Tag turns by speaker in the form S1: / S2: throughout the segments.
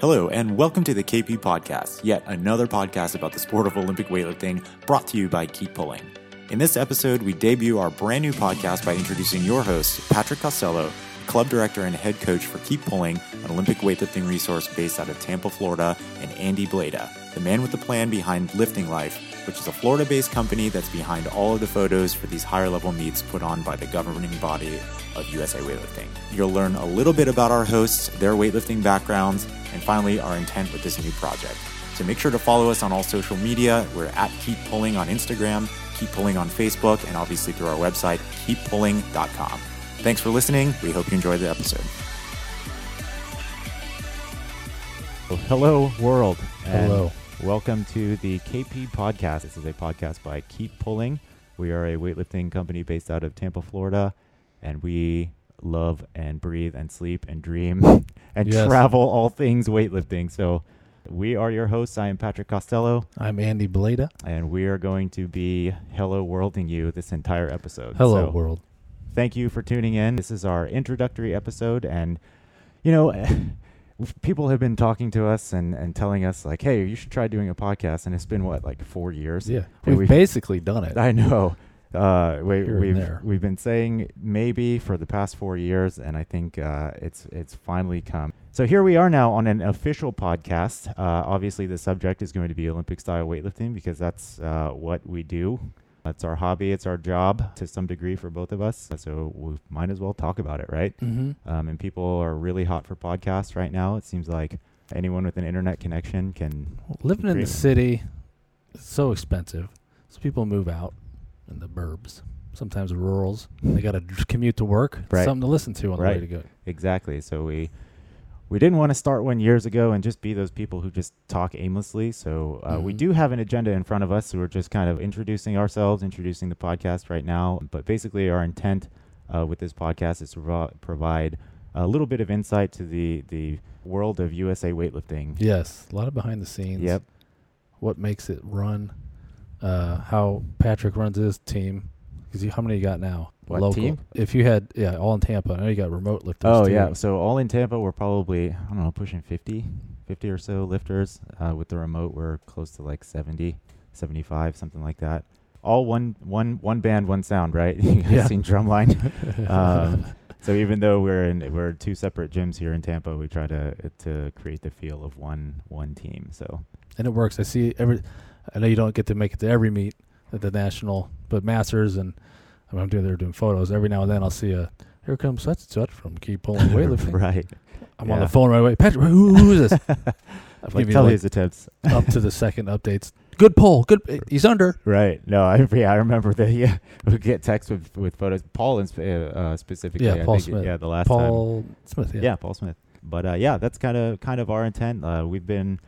S1: Hello, and welcome to the KP Podcast, yet another podcast about the sport of Olympic weightlifting brought to you by Keep Pulling. In this episode, we debut our brand new podcast by introducing your host, Patrick Costello, club director and head coach for Keep Pulling, an Olympic weightlifting resource based out of Tampa, Florida, and Andy Blada, the man with the plan behind Lifting Life, which is a Florida based company that's behind all of the photos for these higher level meets put on by the governing body of USA Weightlifting. You'll learn a little bit about our hosts, their weightlifting backgrounds, and finally our intent with this new project. So make sure to follow us on all social media. We're at Keep Pulling on Instagram, Keep Pulling on Facebook, and obviously through our website, keeppulling.com. Thanks for listening. We hope you enjoyed the episode. Hello, world. and
S2: Hello.
S1: Welcome to the KP Podcast. This is a podcast by Keep Pulling. We are a weightlifting company based out of Tampa, Florida, and we love and breathe and sleep and dream and
S2: Yes.
S1: travel all things weightlifting. So we are your hosts. I am Patrick Costello,
S2: I'm Andy Blada.
S1: and we are going to be hello worlding you this entire episode.
S2: Hello,
S1: So-
S2: world.
S1: thank you for tuning in. This is our introductory episode, and you know, people have been talking to us and, and telling us like, "Hey, you should try doing a podcast." And it's been what like four years.
S2: Yeah,
S1: And
S2: we've,
S1: we've-
S2: basically done it.
S1: I know. Uh, we,
S2: Here and
S1: we've
S2: there.
S1: we've been saying maybe for the past four years, and I think uh, it's it's finally come. So here we are now on an official podcast. Uh, obviously, the subject is going to be Olympic style weightlifting because that's uh, what we do. That's our hobby. It's our job to some degree for both of us. So we might as well talk about it, right?
S2: mm-hmm.
S1: Um, and people are really hot for podcasts right now. It seems like anyone with an internet connection can.
S2: Living in
S1: Great.
S2: the city is so expensive, so people move out in the burbs. Sometimes rurals. They got to commute to work. It's
S1: Right.
S2: Something to listen to on
S1: Right.
S2: the way to go.
S1: Exactly. So we we didn't want to start one years ago and just be those people who just talk aimlessly. So uh, we
S2: Mhm.
S1: do have an agenda in front of us. So we're just kind of introducing ourselves, introducing the podcast right now. But basically, our intent uh, with this podcast is to provi- provide a little bit of insight to the the world of USA weightlifting.
S2: Yes, a lot of behind the scenes.
S1: Yep.
S2: What makes it run? Uh, how Patrick runs his team? Because how many you got now?
S1: What
S2: Local.
S1: team?
S2: If you had yeah, all in Tampa. I know you got remote lifters.
S1: Oh
S2: too.
S1: yeah. So all in Tampa, we're probably I don't know pushing 50, 50 or so lifters. Uh, with the remote, we're close to like 70, 75, something like that. All one one one band, one sound, right? you guys
S2: Yeah.
S1: seen drumline? um, so even though we're in we're two separate gyms here in Tampa, we try to to create the feel of one one team. So
S2: and it works. I see every. I know you don't get to make it to every meet at the national, but Masters and I mean, I'm doing. They're doing photos every now and then. I'll see a here comes such and such from Keep Pulling Weightlifting.
S1: right,
S2: I'm on
S1: yeah.
S2: the phone right away. Patrick, who, who is this? I'll
S1: like
S2: give you
S1: tell
S2: like
S1: these attempts.
S2: up to the second updates. Good pull. Good. eh, He's under.
S1: Right. No, I yeah, I remember that. Yeah, we get texts with with photos. Paul and uh, uh, specifically.
S2: Yeah,
S1: I
S2: Paul
S1: think,
S2: Smith.
S1: Yeah, the last time.
S2: Paul Smith. Yeah.
S1: yeah. Paul Smith. But uh, yeah, that's kind of kind of our intent. Uh, we've been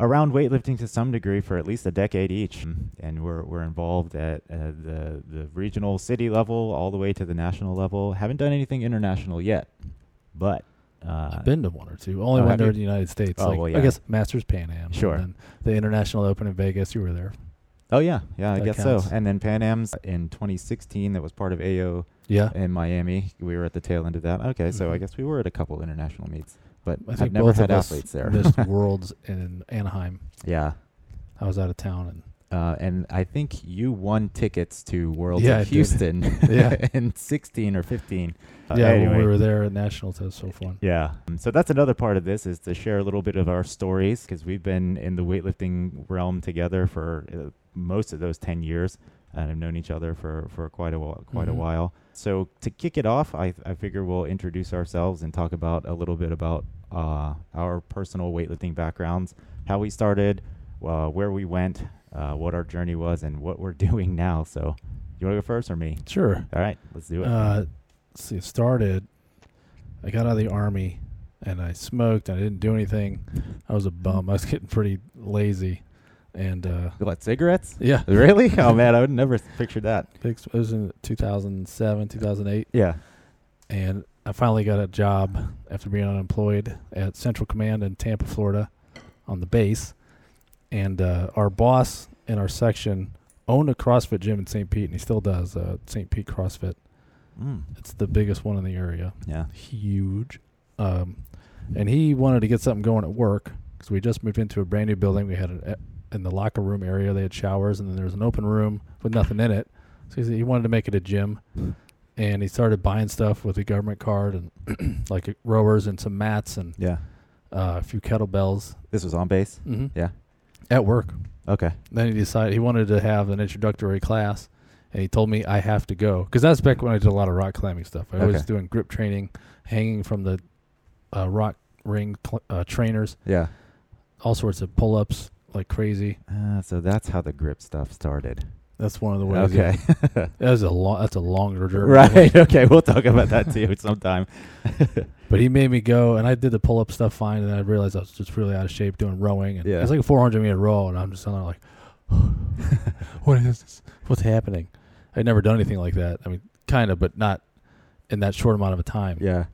S1: around weightlifting to some degree for at least a decade each, and we're we're involved at uh, the the regional city level all the way to the national level. Haven't done anything international yet, but uh,
S2: I've been to one or two. Only
S1: Oh,
S2: one
S1: have
S2: there
S1: you?
S2: in the United States.
S1: Oh,
S2: like,
S1: well, yeah.
S2: I guess Masters Pan Am.
S1: Sure.
S2: And then the International Open in Vegas. You were there.
S1: oh yeah, yeah, I
S2: That
S1: guess so.
S2: counts.
S1: And then Pan Am's in 2016 that was part of AO
S2: Yeah.
S1: in Miami. We were at the tail end of that. Okay, so I
S2: Mhm.
S1: guess we were at a couple international meets, but
S2: I
S1: I've
S2: think
S1: never
S2: both
S1: had
S2: of us
S1: athletes there.
S2: missed Worlds in Anaheim.
S1: yeah.
S2: I was out of town and
S1: Uh, and I think you won tickets to Worlds
S2: Yeah,
S1: in
S2: I did.
S1: Houston
S2: Yeah.
S1: in 16 or 15. Uh,
S2: yeah, when
S1: anyway.
S2: we were there at nationals, that was so fun.
S1: Yeah. Um, So that's another part of this is to share a little bit of our stories because we've been in the weightlifting realm together for uh, most of those 10 years and have known each other for, for quite a while, quite
S2: Mhm.
S1: a while. So to kick it off, I, I figure we'll introduce ourselves and talk about a little bit about uh, our personal weightlifting backgrounds, how we started, uh, where we went, uh, what our journey was, and what we're doing now. So you want to go first or me?
S2: Sure.
S1: All right, let's do it.
S2: Uh, let's see, it started. I got out of the army, and I smoked. And I didn't do anything. I was a bum. I was getting pretty lazy, and uh,
S1: what, cigarettes?
S2: yeah,
S1: Really? Oh man, I would never s- picture that.
S2: it was in 2007, 2008,
S1: Yeah.
S2: and I finally got a job after being unemployed at Central Command in Tampa, Florida, on the base. And uh, our boss in our section owned a CrossFit gym in St. Pete, and he still does uh, St. Pete CrossFit.
S1: Mm.
S2: It's the biggest one in the area.
S1: Yeah.
S2: huge. Um, and he wanted to get something going at work because we just moved into a brand new building. We had an, e, in the locker room area they had showers, and then there was an open room with nothing in it. So he said he wanted to make it a gym, and he started buying stuff with a government card and like uh, rowers and some mats and
S1: Yeah.
S2: uh, a few kettlebells
S1: This was on base.
S2: mm-hmm.
S1: Yeah.
S2: at work.
S1: Okay.
S2: Then he decided he wanted to have an introductory class, and he told me I have to go because that's back when I did a lot of rock climbing stuff. I was
S1: Okay.
S2: doing grip training, hanging from the uh, rock ring cl- uh, trainers,
S1: Yeah.
S2: all sorts of pull ups like crazy.
S1: Uh, so that's how the grip stuff started.
S2: That's one of the ways. yeah.
S1: Okay.
S2: that's a long. That's a longer journey.
S1: right. Okay. We'll talk about that too sometime.
S2: But he made me go, and I did the pull up stuff fine, and then I realized I was just really out of shape doing rowing. And
S1: Yeah.
S2: It's like a 400 meter row, and I'm just sitting there like, what is this? What's happening? I'd never done anything like that. I mean, kind of, but not in that short amount of time.
S1: Yeah.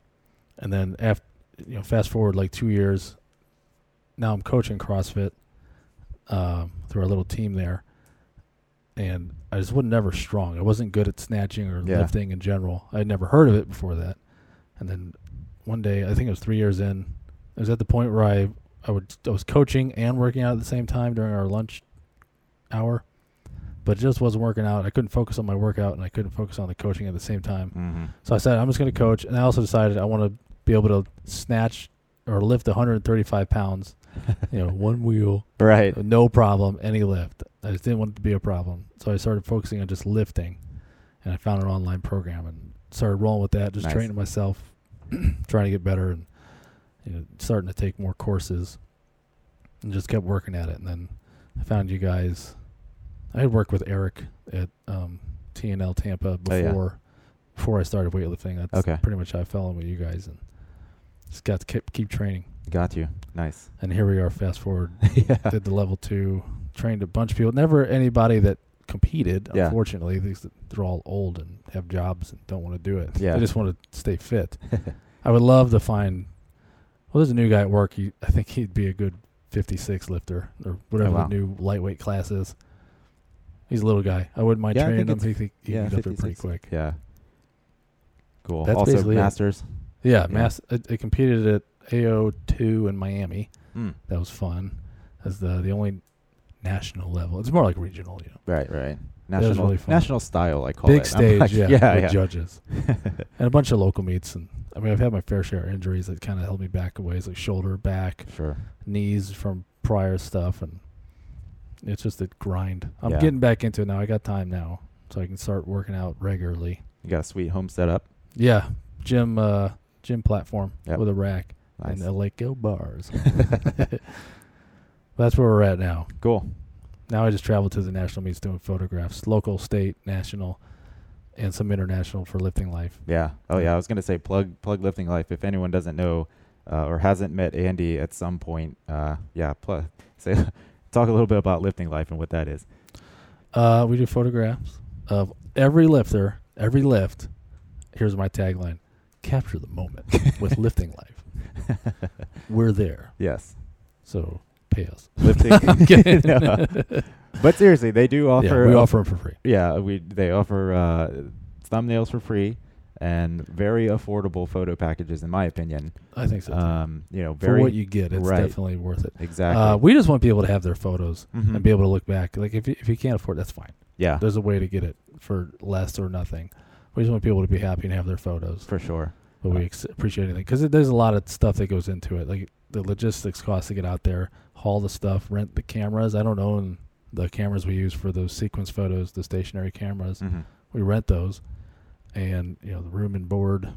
S2: And then after, you know, fast forward like two years, now I'm coaching CrossFit um, through our little team there, and I just wasn't ever strong. I wasn't good at snatching or
S1: Yeah.
S2: lifting in general. I had never heard of it before that, and then one day, I think it was three years in, I was at the point where I I would I was coaching and working out at the same time during our lunch hour. But it just wasn't working out. I couldn't focus on my workout and I couldn't focus on the coaching at the same time.
S1: Mm-hmm.
S2: So I said, I'm just going to coach. And I also decided I want to be able to snatch or lift 135 pounds, you know, one wheel,
S1: Right.
S2: no problem, any lift. I just didn't want it to be a problem. So I started focusing on just lifting. And I found an online program and started rolling with that, just
S1: Nice.
S2: training myself, trying to get better and, you know, starting to take more courses and just kept working at it. And then I found you guys. I had worked with Eric at um, TNL Tampa
S1: Oh,
S2: before
S1: yeah.
S2: before I started weightlifting. That's
S1: Okay.
S2: pretty much how I fell in with you guys and just got to keep, keep training.
S1: Got you. Nice.
S2: And here we are, fast forward,
S1: yeah.
S2: did the level two, trained a bunch of people. Never anybody that competed,
S1: Yeah.
S2: unfortunately. These they're all old and have jobs and don't want to do it.
S1: Yeah.
S2: They just want to stay fit. I would love to find. Well, there's a new guy at work. He, I think he'd be a good 56 lifter or whatever
S1: Oh, wow.
S2: the new lightweight class is. He's a little guy. I wouldn't mind
S1: Yeah, I
S2: training him.
S1: think
S2: He, he, he
S1: yeah,
S2: can get up there pretty
S1: 56.
S2: quick.
S1: Yeah. Cool.
S2: That's
S1: also,
S2: basically it.
S1: masters.
S2: Yeah,
S1: Yeah.
S2: Mass. I, I competed at AO2 in Miami.
S1: Mm.
S2: That was fun. That's the the only national level. It's more like regional, you know.
S1: Right. Right.
S2: That was
S1: National.
S2: really fun.
S1: National style. I call
S2: Big
S1: it. I'm
S2: stage,
S1: like-
S2: yeah,
S1: Yeah.
S2: with
S1: yeah.
S2: judges and a bunch of local meets. And I mean, I've had my fair share of injuries that kind of held me back a ways, like shoulder, back,
S1: Sure.
S2: knees from prior stuff, and it's just a grind. I'm
S1: Yeah.
S2: getting back into it now. I got time now, so I can start working out regularly.
S1: You got a sweet home setup.
S2: Yeah, gym, uh, gym platform
S1: Yep.
S2: with a rack.
S1: Nice.
S2: and LA Go bars. That's where we're at now.
S1: Cool.
S2: Now I just travel to the national meets doing photographs, local, state, national, and some international for lifting life.
S1: Yeah. Oh yeah. I was gonna say plug plug lifting life. If anyone doesn't know uh, or hasn't met Andy at some point, uh, yeah. Plug say talk a little bit about lifting life and what that is.
S2: Uh, we do photographs of every lifter, every lift. Here's my tagline: capture the moment with lifting life. We're there,
S1: Yes.
S2: so pay us.
S1: Lifting.
S2: I'm kidding.
S1: No. But seriously, they do offer.
S2: yeah, we offer them for free.
S1: yeah, we they offer uh, thumbnails for free and very affordable photo packages, in my opinion.
S2: I think so. too.
S1: Um, you know,
S2: for
S1: very
S2: what you get, it's
S1: right.
S2: definitely worth it.
S1: exactly.
S2: Uh, we just want people to have their photos.
S1: Mhm.
S2: and be able to look back. Like if you, if you can't afford, it, that's fine.
S1: yeah,
S2: There's a way to get it for less or nothing. We just want people to be happy and have their photos,
S1: for sure.
S2: but we ex- appreciate anything because there's a lot of stuff that goes into it, like the logistics costs to get out there, haul the stuff, rent the cameras. I don't own the cameras we use for those sequence photos, the stationary cameras.
S1: Mhm.
S2: We rent those, and you know the room and board.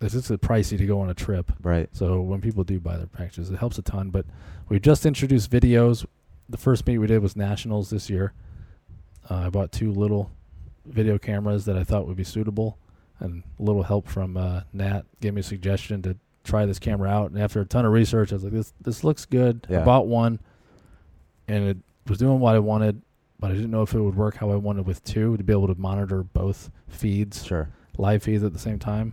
S2: It's just pricey to go on a trip.
S1: Right.
S2: So when people do buy their packages, it helps a ton. But we just introduced videos. The first meet we did was nationals this year. Uh, I bought two little video cameras that I thought would be suitable, and a little help from uh, Nat gave me a suggestion to try this camera out. And after a ton of research, I was like, "This this looks good."
S1: Yeah.
S2: I bought one, and it was doing what I wanted, but I didn't know if it would work how I wanted with two to be able to monitor both feeds
S1: Sure.
S2: live feeds at the same time.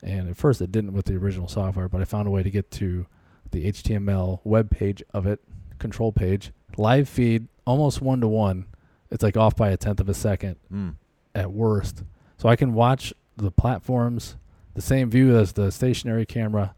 S2: And at first, it didn't with the original software, but I found a way to get to the HTML web page of it, control page, live feed, almost one to one. It's like off by a tenth of a second
S1: Mm.
S2: at worst. So I can watch the platforms, the same view as the stationary camera,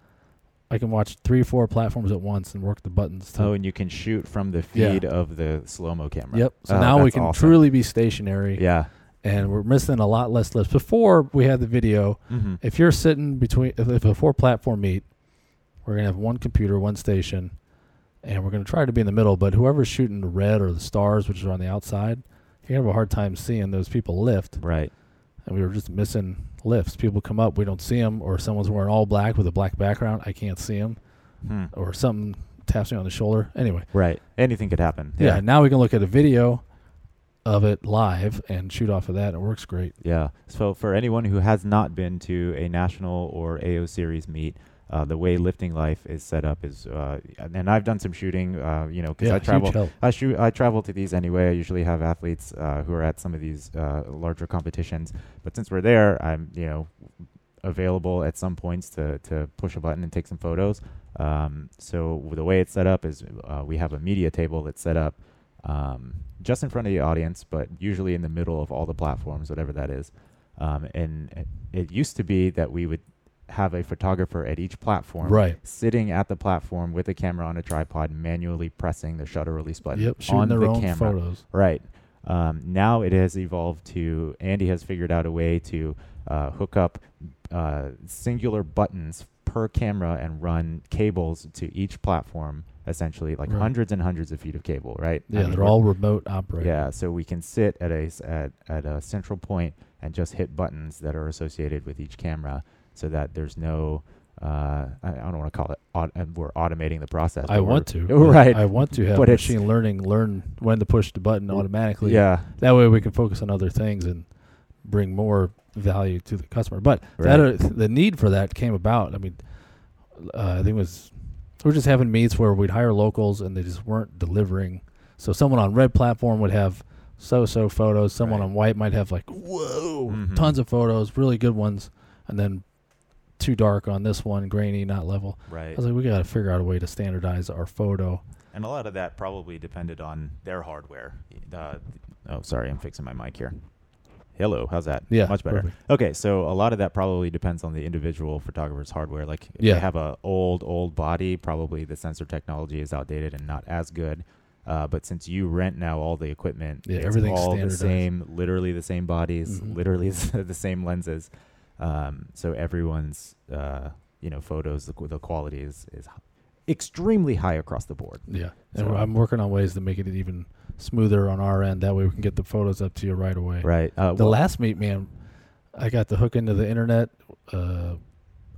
S2: I can watch three or four platforms at once and work the buttons. To,
S1: Oh, and you can shoot from the
S2: Yeah.
S1: feed of the slow mo camera.
S2: yep. So
S1: Oh,
S2: now we
S1: that's
S2: can
S1: awesome.
S2: truly be stationary,
S1: Yeah.
S2: and we're missing a lot less lifts. Before we had the video,
S1: Mm-hmm.
S2: if you're sitting between, if, if a four platform meet, we're gonna have one computer, one station, and we're gonna try to be in the middle. But whoever's shooting the red or the stars, which are on the outside, you're gonna have a hard time seeing those people lift.
S1: Right.
S2: and we were just missing lifts. People come up, we don't see them, or someone's wearing all black with a black background, I can't see them,
S1: Hmm.
S2: or something taps me on the shoulder. Anyway,
S1: Right. Anything could happen.
S2: yeah. now we can look at a video of it live and shoot off of that. It works great.
S1: Yeah. So for anyone who has not been to a national or AO series meet, uh, the way lifting life is set up is, uh, and I've done some shooting, uh, you know, because I
S2: huge
S1: travel.
S2: help.
S1: I shoot. I travel to these anyway. I usually have athletes uh, who are at some of these uh, larger competitions. But since we're there, I'm you know available at some points to to push a button and take some photos. Um, so the way it's set up is uh, we have a media table that's set up um, just in front of the audience, but usually in the middle of all the platforms, whatever that is. Um, and it- it used to be that we would have a photographer at each platform
S2: Right.
S1: sitting at the platform with a camera on a tripod, manually pressing the shutter release button
S2: Yep. Shooting
S1: on
S2: their
S1: the
S2: own
S1: camera.
S2: photos.
S1: Right. Um, now it has evolved to Andy has figured out a way to uh, hook up uh, singular buttons per camera and run cables to each platform, essentially like
S2: Right.
S1: hundreds and hundreds of feet of cable. Right. I
S2: Yeah,
S1: mean,
S2: they're
S1: we're-
S2: all remote operated.
S1: yeah, so we can sit at a s- at, at a central point and just hit buttons that are associated with each camera, so that there's no uh, I, I don't want to call it aut- uh, we're automating the process.
S2: I
S1: but
S2: want
S1: we're-
S2: to.
S1: right?
S2: I want to have
S1: But it's- Mm,
S2: machine learning learn when to push the button automatically.
S1: yeah,
S2: That way we can focus on other things and bring more value to the customer. But
S1: Right.
S2: that the need for that came about. I mean, uh, I think it was we were just having meets where we'd hire locals and they just weren't delivering. So someone on red platform would have so-so photos. Someone
S1: Right.
S2: on white might have like whoa,
S1: Mhm.
S2: tons of photos, really good ones, and then too dark on this one, grainy, not level. I
S1: right.
S2: was like, we got to figure out a way to standardize our photo.
S1: And a lot of that probably depended on their hardware. Uh, oh, sorry, I'm fixing my mic here. Hello, how's that?
S2: Yeah,
S1: much better.
S2: perfect.
S1: Okay, so a lot of that probably depends on the individual photographer's hardware. Like if
S2: Yeah.
S1: they have a old old body, probably the sensor technology is outdated and not as good. Uh, but since you rent now all the equipment,
S2: Yeah,
S1: it's
S2: everything's
S1: all the
S2: standardized.
S1: same, literally the same bodies,
S2: Mhm.
S1: literally the same lenses. Um, so everyone's uh, you know photos, the, qu- the quality is is extremely high across the board.
S2: Yeah, and
S1: So-
S2: I'm working on ways to make it even smoother on our end. That way, we can get the photos up to you right away.
S1: Right. Uh,
S2: The
S1: well-
S2: last meet, man, I got the hook into the internet. Uh,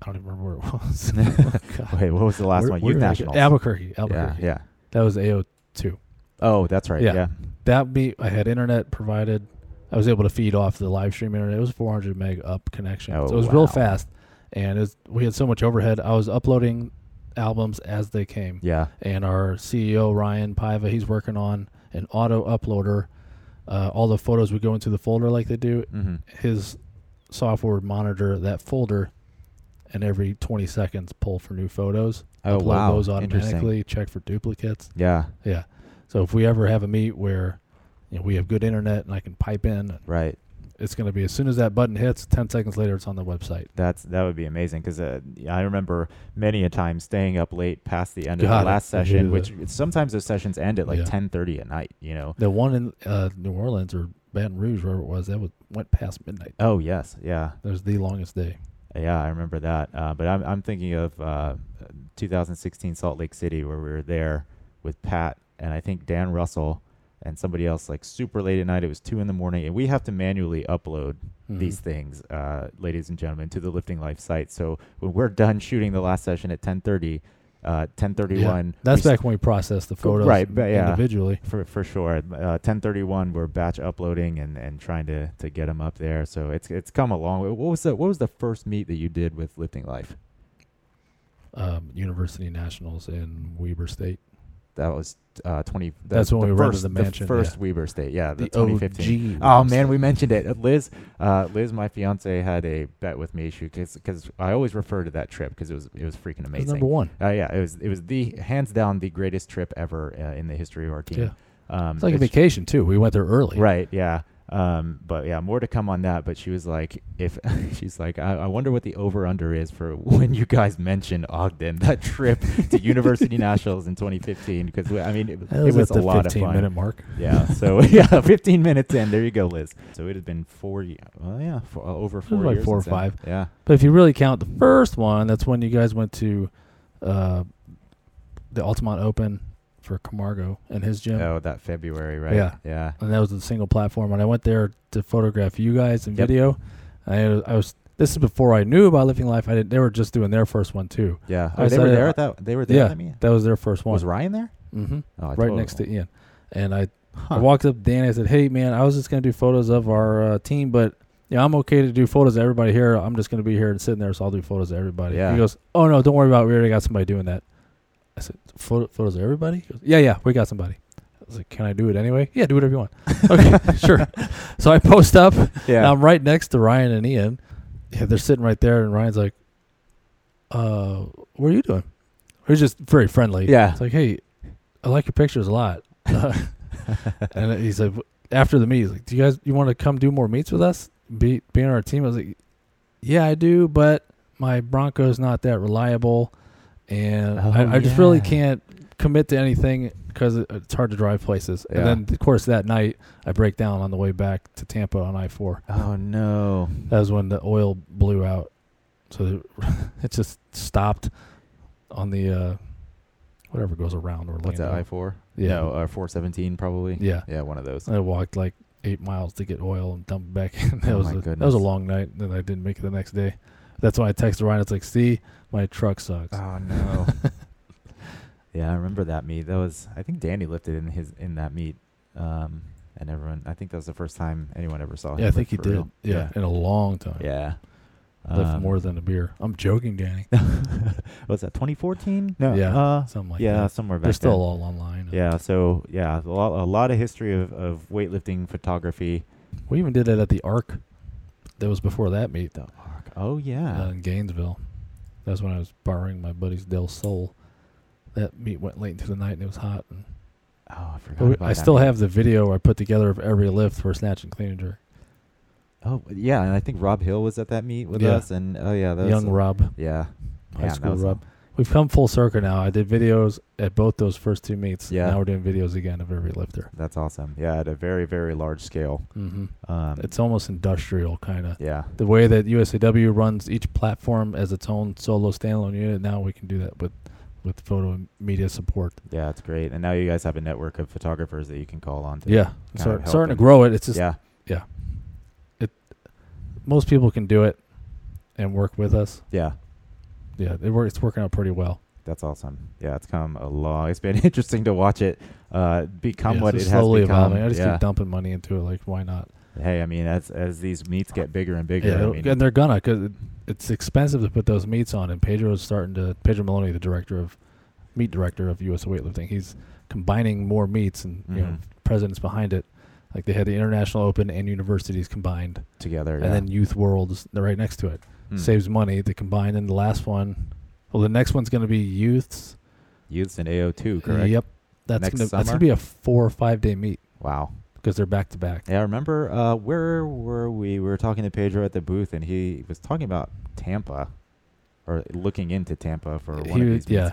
S2: I don't even remember where it was. Oh God.
S1: Wait, what was the last
S2: Where-
S1: one?
S2: where
S1: Youth
S2: did I go?
S1: Nationals.
S2: Albuquerque.
S1: yeah,
S2: Albuquerque.
S1: yeah.
S2: That was AO two.
S1: Oh, that's right.
S2: Yeah.
S1: Yeah.
S2: That meet, I had internet provided. I was able to feed off the live stream internet. It was 400 meg up connection,
S1: Oh,
S2: so it was real
S1: wow.
S2: fast. And it was, we had so much overhead. I was uploading albums as they came.
S1: Yeah.
S2: and our CEO Ryan Paiva, he's working on an auto uploader. Uh, all the photos would go into the folder like they do.
S1: hmm
S2: His software would monitor that folder, and every 20 seconds pull for new photos,
S1: Oh,
S2: upload
S1: wow.
S2: those
S1: Interesting.
S2: automatically, check for duplicates.
S1: Yeah.
S2: Yeah. So if we ever have a meet where you know, we have good internet and I can pipe in,
S1: Right.
S2: it's going to be as soon as that button hits, 10 seconds later it's on the website.
S1: That's that would be amazing because uh, yeah, I remember many a time staying up late past the end of
S2: God,
S1: the last
S2: I
S1: session,
S2: hated
S1: which sometimes those sessions end at like
S2: Yeah.
S1: 10:30 at night. You know.
S2: The one in uh, New Orleans or Baton Rouge, wherever it was, that was, went past midnight.
S1: Oh yes. Yeah.
S2: That was the longest day.
S1: Yeah, I remember that. Uh, but I'm I'm thinking of uh, 2016 Salt Lake City where we were there with Pat and I think Dan Russell and somebody else like super late at night. It was two in the morning, and we have to manually upload
S2: Mhm.
S1: these things, uh, ladies and gentlemen, to the Lifting Life site. So when we're done shooting the last session at 10:30, uh, 10:31,
S2: Yeah, that's
S1: we s-
S2: back when we processed the
S1: Go-
S2: photos
S1: right, but yeah.
S2: individually.
S1: for for sure. Uh, 10:31, we're batch uploading and, and trying to to get them up there. So it's it's come a long way. What was the what was the first meet that you did with Lifting Life?
S2: Um, University Nationals in Weber State.
S1: That was uh, 20. the-
S2: That's when
S1: the
S2: we rented
S1: first,
S2: the mansion,
S1: first
S2: yeah.
S1: Weber State. Yeah, the,
S2: The
S1: 2015.
S2: OG.
S1: Oh man, we mentioned it. Uh, Liz, uh, Liz, my fiance had a bet with me. She because I always refer to that trip because it was it was freaking
S2: It was
S1: amazing.
S2: number one.
S1: Uh, yeah, it was it was the hands down the greatest trip ever uh, in the history of our team.
S2: Yeah.
S1: Um,
S2: It's like a
S1: it's-
S2: vacation too. We went there early.
S1: Right. Yeah. Um, but yeah, more to come on that. But she was like, if she's like, I, I wonder what the over under is for when you guys mention Ogden that trip to University Nationals in 2015 because I mean it,
S2: That
S1: it was
S2: at
S1: a
S2: the
S1: lot of
S2: 15
S1: fun.
S2: minute mark.
S1: Yeah. So yeah, 15 minutes in. There you go, Liz. So it had been four. ye- Well, yeah, four, uh, over
S2: was
S1: four.
S2: like
S1: years
S2: four or
S1: since then.
S2: five.
S1: Yeah.
S2: But if you really count the first one, that's when you guys went to uh, the Altamont Open for Camargo and his gym.
S1: Oh, that February, right?
S2: Yeah.
S1: Yeah.
S2: and that was a single platform. And I went there to photograph you guys in
S1: Yep.
S2: video. And I, I was this is before I knew about Living Life. I didn't. They were just doing their first one too.
S1: Yeah. Oh,
S2: I
S1: they
S2: said
S1: were
S2: it-
S1: there at that. They were there.
S2: yeah.
S1: I mean,
S2: That was their first one,
S1: was Ryan there?
S2: hmm
S1: Oh, I
S2: right
S1: totally-
S2: next to Ian. And I, I
S1: Huh.
S2: walked up to Danny. I said, "Hey man, I was just gonna do photos of our uh, team, but." Yeah, I'm okay to do photos of everybody here. I'm just going to be here and sitting there, so I'll do photos of everybody.
S1: Yeah.
S2: He goes, "Oh no, don't worry about. it. We already got somebody doing that." I said, "Photo, "Photos of everybody?" He goes, yeah, yeah, we got somebody. I was like, "Can I do it anyway?" Yeah, do whatever you want. okay, sure. So I post up,
S1: Yeah.
S2: And I'm right next to Ryan and Ian. Yeah, they're sitting right there, and Ryan's like, "Uh, what are you doing?" We're just very friendly.
S1: yeah.
S2: It's like, hey, I like your pictures a lot. and he's like, after the meet, he's like, do you guys you want to come do more meets with us? Be be on our team. I was like, yeah, I do, but my Bronco's not that reliable, and
S1: Oh,
S2: I, I just really
S1: yeah.
S2: can't commit to anything because it, it's hard to drive places.
S1: Yeah.
S2: And then, of course, that night I break down on the way back to Tampa on I four.
S1: Oh no.
S2: That was when the oil blew out, so it just stopped on the uh, whatever goes around Orlando.
S1: What's that? I four?
S2: Yeah.
S1: No, uh, four seventeen probably.
S2: Yeah, Uh,
S1: Yeah, one of those.
S2: I walked like eight miles to get oil and dump it back. in. that
S1: Oh,
S2: was
S1: my
S2: a, that was
S1: goodness.
S2: a long night, and I didn't make it the next day. That's why I texted Ryan. It's like, see, my truck sucks.
S1: Oh no. yeah, I remember that meet. That was I think Danny lifted in his in that meet. Um and everyone I think that was the first time anyone ever saw him.
S2: yeah, I
S1: lift
S2: think he
S1: for
S2: did.
S1: real.
S2: Yeah, in a long time.
S1: Yeah.
S2: Lift
S1: Um,
S2: more than a beer. I'm joking, Danny.
S1: was that 2014? No.
S2: Yeah,
S1: Uh,
S2: Something like
S1: yeah,
S2: that.
S1: somewhere back
S2: They're still
S1: then.
S2: all online.
S1: Yeah, so yeah, a lot, a lot of history of, of weightlifting photography.
S2: we even did it at the Arc. That was before that meet.
S1: The arc. Oh yeah.
S2: uh, in Gainesville. That's when I was borrowing my buddy's Del Sol. That meet went late into the night and it was hot. And
S1: oh, I forgot.
S2: but we-
S1: about
S2: I
S1: that
S2: still
S1: meet.
S2: have the video I put together of every lift for snatch and clean and jerk.
S1: Oh yeah, and I think Rob Hill was at that meet with
S2: Yeah.
S1: us, and oh yeah, that
S2: Young
S1: was,
S2: Rob,
S1: yeah,
S2: high
S1: Yeah, that
S2: school
S1: was-
S2: Rob. We've come full circle now. I did videos at both those first two meets.
S1: Yeah.
S2: Now we're doing videos again of every lifter.
S1: That's awesome. Yeah, at a very very large scale.
S2: Mm-hmm.
S1: Um,
S2: It's almost industrial kind of.
S1: yeah,
S2: The way that USAW runs each platform as its own solo standalone unit, now we can do that with with photo and media support.
S1: yeah, it's great. And now you guys have a network of photographers that you can call on. To,
S2: Yeah,
S1: of
S2: start,
S1: help
S2: starting to
S1: and-
S2: grow it. It's just
S1: yeah,
S2: most people can do it and work with us.
S1: yeah.
S2: Yeah, it work, it's working out pretty well.
S1: That's awesome. Yeah, it's come a long. It's been interesting to watch it uh, become
S2: Yeah,
S1: what
S2: it's
S1: it
S2: just slowly
S1: has become.
S2: evolving. I just
S1: yeah.
S2: keep dumping money into it. Like, why not?
S1: Hey, I mean, as as these meets get bigger and bigger,
S2: yeah,
S1: I
S2: it'll-
S1: mean,
S2: and they're gonna because it's expensive to put those meets on. And Pedro's starting to Pedro Maloney, the director of meet director of U.S. Weightlifting, he's combining more meets and you know
S1: Mhm.
S2: presidents behind it. Like they had the International Open and universities combined,
S1: together, yeah.
S2: and then Youth Worlds they're right next to it.
S1: Mm.
S2: Saves money to combine. And the last one, well, the next one's gonna be youths.
S1: youths in AO two, correct?
S2: Yep. That's
S1: Next
S2: gonna that's
S1: summer?
S2: gonna be a four or five day meet
S1: Wow.
S2: because they're back to back.
S1: Yeah, I remember uh, where were we? We were talking to Pedro at the booth, and he was talking about Tampa, or looking into Tampa for one
S2: He
S1: of
S2: would-
S1: these. meets.
S2: yeah,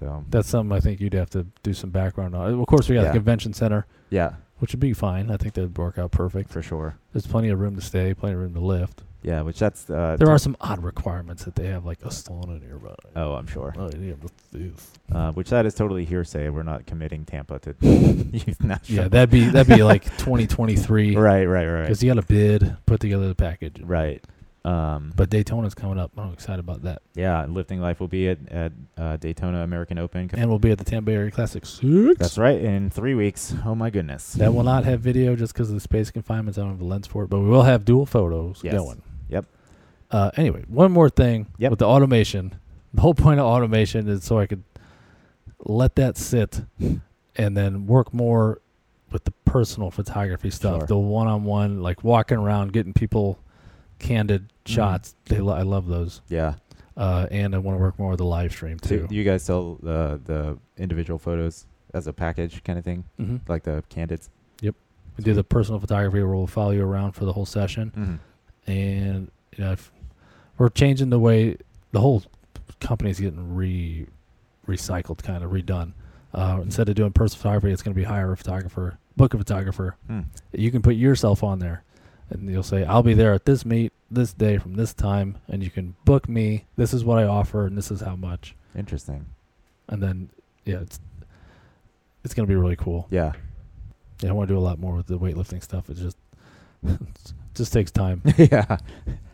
S1: So
S2: that's something I think you'd have to do some background on. Of course, we got
S1: Yeah.
S2: the convention center,
S1: yeah,
S2: which would be fine. I think that'd work out perfect.
S1: for sure.
S2: There's plenty of room to stay, plenty of room to lift.
S1: Yeah, which that's uh,
S2: There
S1: t-
S2: are some odd requirements that they have, like a sauna nearby.
S1: Oh, I'm sure.
S2: Oh, yeah, that's- that's-
S1: Uh, which that is totally hearsay. We're not committing Tampa to youth national.
S2: yeah, that'd be that'd be like 2023 because
S1: right, right, right,
S2: you got to bid, put together the package.
S1: right. Um,
S2: But Daytona's coming up. I'm excited about that,
S1: yeah, lifting life will be at at uh, Daytona American Open.
S2: and we'll be at the Tampa Bay Area Classic six.
S1: That's right. In three weeks. Oh my goodness.
S2: That will not have video just because of the space confinements. I don't have a lens for it, but we will have dual photos
S1: Yes.
S2: going.
S1: Yep.
S2: Uh, anyway, one more thing
S1: Yep.
S2: with the automation. The whole point of automation is so I could let that sit and then work more with the personal photography stuff,
S1: Sure.
S2: the one on one, like walking around, getting people candid
S1: Mhm.
S2: shots. They lo- I love those.
S1: Yeah.
S2: Uh, and I want to work more with the live stream
S1: So
S2: too.
S1: Do you guys sell uh, the the individual photos as a package kind of thing,
S2: hmm
S1: like the candidates?
S2: Yep. We do the personal photography where we'll follow you around for the whole session,
S1: hmm
S2: and you know, if we're changing the way the whole company's getting re recycled, kind of redone. Uh, instead of doing personal photography, it's going to be hire a photographer, book a photographer.
S1: Hmm.
S2: You can put yourself on there, and you'll say, "I'll be there at this meet, this day, from this time, and you can book me. This is what I offer, and this is how much."
S1: Interesting.
S2: And then, yeah, it's it's going to be really cool.
S1: Yeah.
S2: Yeah, I want to do a lot more with the weightlifting stuff. It just just takes time,
S1: yeah.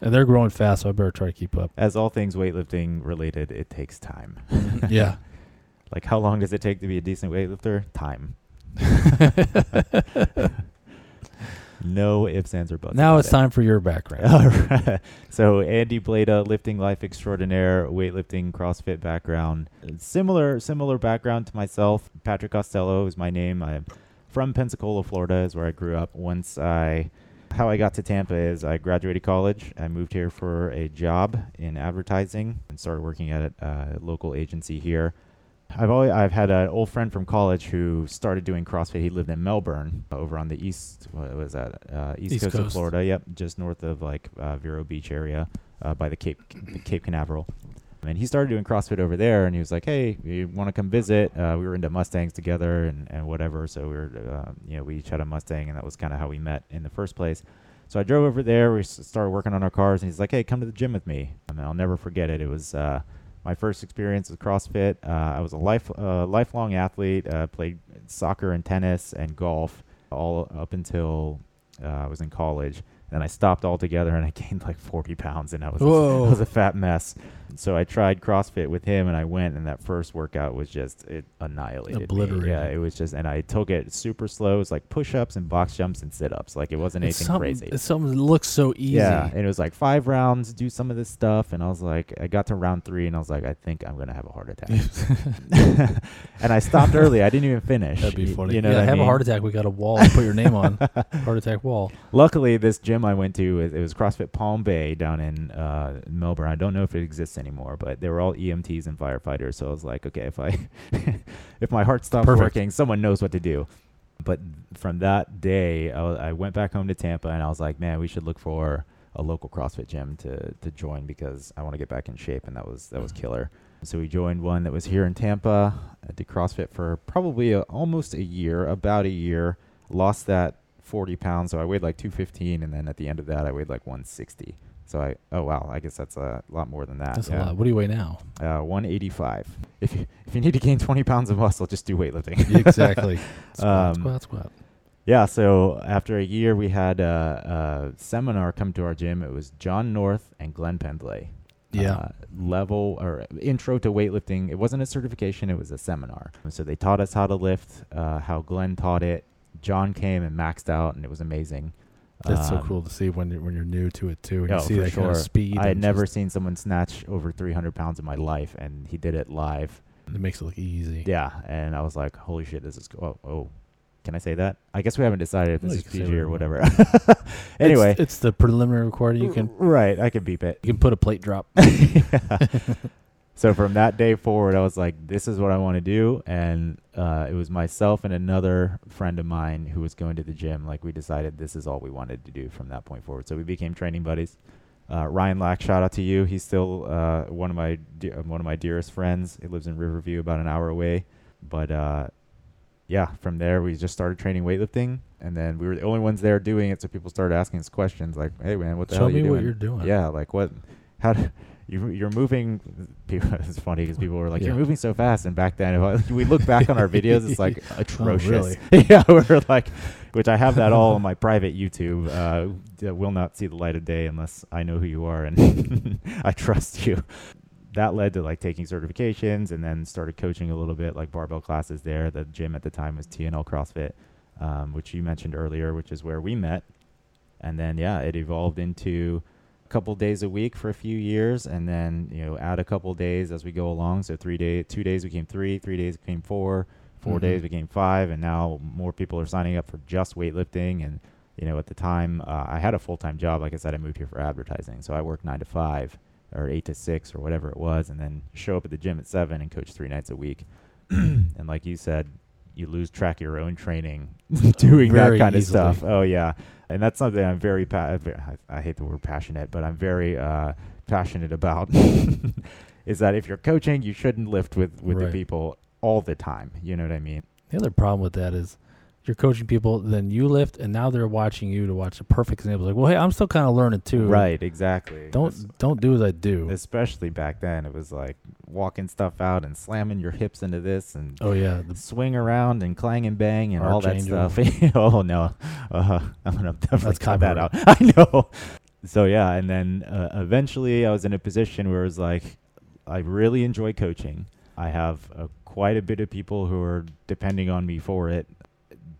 S2: and they're growing fast, so I better try to keep up.
S1: As all things weightlifting related, it takes time.
S2: yeah,
S1: Like, how long does it take to be a decent weightlifter? Time. no ifs, ands, or buts.
S2: now
S1: about
S2: it's
S1: it.
S2: time for your background.
S1: All right. So Andy Blada, lifting life extraordinaire, weightlifting, CrossFit background, similar similar background to myself. Patrick Costello is my name. I'm from Pensacola, Florida, is where I grew up. Once I, how I got to Tampa is I graduated college. I moved here for a job in advertising and started working at a uh, local agency here. I've always, I've had an old friend from college who started doing CrossFit. He lived in Melbourne, over on the east. What was that? Uh, east,
S2: East
S1: coast, of
S2: Coast.
S1: Florida. Yep, just north of like uh, Vero Beach area, uh, by the Cape Cape Canaveral. And he started doing CrossFit over there, and he was like, "Hey, you want to come visit?" Uh, we were into Mustangs together and, and whatever, so we were, uh, you know, we each had a Mustang, and that was kind of how we met in the first place. So I drove over there. We s- started working on our cars, and he's like, "Hey, come to the gym with me." And I'll never forget it. It was uh, my first experience with CrossFit. Uh, I was a life uh, lifelong athlete. Uh, played soccer and tennis and golf all up until uh, I was in college. Then I stopped altogether, and I gained like 40 pounds, and I was a-
S2: Whoa.
S1: I was a fat mess. So I tried CrossFit with him, and I went, and that first workout was just it annihilated. me.
S2: Obliterated.
S1: Yeah, it was just, and I took it super slow. It was like push-ups and box jumps and sit-ups. Like it wasn't
S2: It's
S1: anything
S2: something,
S1: crazy.
S2: It's something that looks so easy.
S1: Yeah, and it was like five rounds, do some of this stuff, and I was like, I got to round three, and I was like, I think I'm gonna have a heart attack. and I stopped early. I didn't even finish.
S2: That'd be
S1: y-
S2: funny.
S1: You know,
S2: yeah,
S1: what I
S2: have a
S1: mean?
S2: heart attack. We got a wall. Put your name on heart attack wall.
S1: Luckily, this gym I went to it it was CrossFit Palm Bay down in uh, Melbourne. I don't know if it exists anymore, but they were all EMTs and firefighters. So I was like, okay, if I if my heart stops
S2: Perfect.
S1: working, someone knows what to do. But from that day, I, wa- I went back home to Tampa, and I was like, man, we should look for a local CrossFit gym to to join because I want to get back in shape, and that was that was killer. So we joined one that was here in Tampa. I did CrossFit for probably a, almost a year, about a year. Lost that 40 pounds, so I weighed like 215, and then at the end of that, I weighed like 160. So I, oh wow, I guess that's a lot more than that.
S2: That's
S1: yeah.
S2: a lot. What do you weigh now?
S1: Uh, 185. If you if you need to gain 20 pounds of muscle, just do weightlifting.
S2: exactly. Squat,
S1: Um,
S2: squat, squat.
S1: Yeah, so after a year, we had uh, a, a seminar come to our gym. It was John North and Glenn Pendley.
S2: Yeah.
S1: uh, level or intro to weightlifting. It wasn't a certification, it was a seminar. So they taught us how to lift, uh, how Glenn taught it. John came and maxed out, and it was amazing.
S2: That's so
S1: Um,
S2: cool to see when you're, when you're new to it too. And
S1: oh,
S2: you see
S1: for
S2: that kind of
S1: sure.
S2: speed.
S1: I had
S2: and
S1: never
S2: just-
S1: seen someone snatch over 300 pounds in my life, and he did it live.
S2: It makes it look easy.
S1: Yeah, and I was like, "Holy shit, this is cool." Oh, oh, can I say that? I guess we haven't decided if
S2: No,
S1: this
S2: you
S1: is
S2: can say
S1: PG or
S2: whatever
S1: whatever. anyway,
S2: it's, it's the preliminary recording. You can
S1: right, I can beep it.
S2: you can put a plate drop.
S1: so from that day forward, I was like, "This is what I want to do," and uh, it was myself and another friend of mine who was going to the gym. Like we decided this is all we wanted to do from that point forward. So we became training buddies. Uh, Ryan Lack, shout out to you. He's still uh, one of my de- uh, one of my dearest friends. He lives in Riverview, about an hour away. But uh, yeah, from there we just started training weightlifting, and then we were the only ones there doing it. So people started asking us questions like, "Hey man, what the hell
S2: Show
S1: are
S2: me
S1: you doing?"
S2: what you're doing.
S1: Yeah, like what? How do, you you're moving? People, it's funny because people were like,
S2: Yeah.
S1: "You're moving so fast," and back then, if I, we look back on our videos, it's like atrocious.
S2: Oh, really?
S1: yeah, we're like, which I have that all on my private YouTube. Uh, that will not see the light of day unless I know who you are and I trust you. That led to like taking certifications and then started coaching a little bit, like barbell classes there. The gym at the time was TNL CrossFit, um, which you mentioned earlier, which is where we met. And then yeah, it evolved into a couple days a week for a few years, and then you know add a couple days as we go along. So three day, two days became three, three days became four, 4
S2: Mhm.
S1: days became five, and now more people are signing up for just weightlifting. And you know at the time uh, I had a full time job. Like I said, I moved here for advertising, so I worked nine to five or eight to six or whatever it was, and then show up at the gym at seven and coach three nights a week. and like you said, you lose track of your own training doing that
S2: Very
S1: kind
S2: easily.
S1: of stuff. Oh yeah, and that's something I'm very pa- I I hate the word passionate, but I'm very uh, passionate about. is that if you're coaching, you shouldn't lift with with the
S2: Right.
S1: people all the time. You know what I mean?
S2: The other problem with that is you're coaching people, then you lift, and now they're watching you to watch the perfect example. Like, well, hey, I'm still kind of learning too.
S1: Right? Exactly.
S2: Don't
S1: Es-
S2: don't do as I do.
S1: Especially back then, it was like walking stuff out and slamming your hips into this and
S2: oh yeah, the,
S1: swing around and clang and bang and all that
S2: Archangel.
S1: stuff. oh no, uh, I'm gonna definitely
S2: That's
S1: cut that out. I know. So yeah, and then uh, eventually I was in a position where it was like, I really enjoy coaching. I have uh, quite a bit of people who are depending on me for it.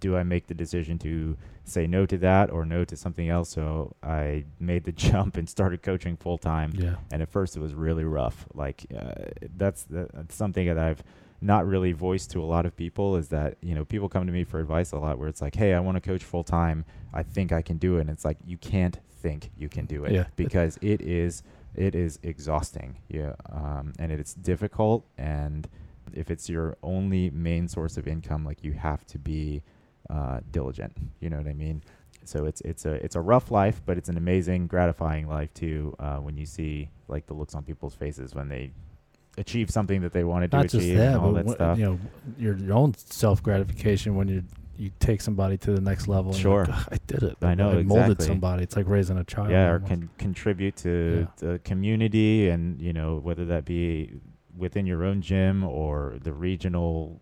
S1: Do I make the decision to say no to that or no to something else? So I made the jump and started coaching full time
S2: yeah.
S1: and at first it was really rough like uh, that's, the, that's something that i've not really voiced to a lot of people is that you know people come to me for advice a lot where it's like hey i want to coach full time i think i can do it and it's like you can't think you can do it
S2: Yeah.
S1: because it is it is exhausting yeah um, and it's difficult and if it's your only main source of income like you have to be uh, diligent you know what i mean so it's it's a it's a rough life, but it's an amazing, gratifying life too. Uh, when you see like the looks on people's faces when they achieve something that they wanted to
S2: Not
S1: achieve
S2: just
S1: and
S2: that,
S1: all
S2: but
S1: that
S2: what-
S1: stuff.
S2: you know, your your own self gratification when you you take somebody to the next level. and you're
S1: Sure.
S2: like, "Ugh, I did it.
S1: I know,
S2: I molded
S1: exactly.
S2: somebody. It's like raising a child.
S1: yeah, or
S2: almost.
S1: can contribute to the community, and you know whether that be within your own gym or the regional,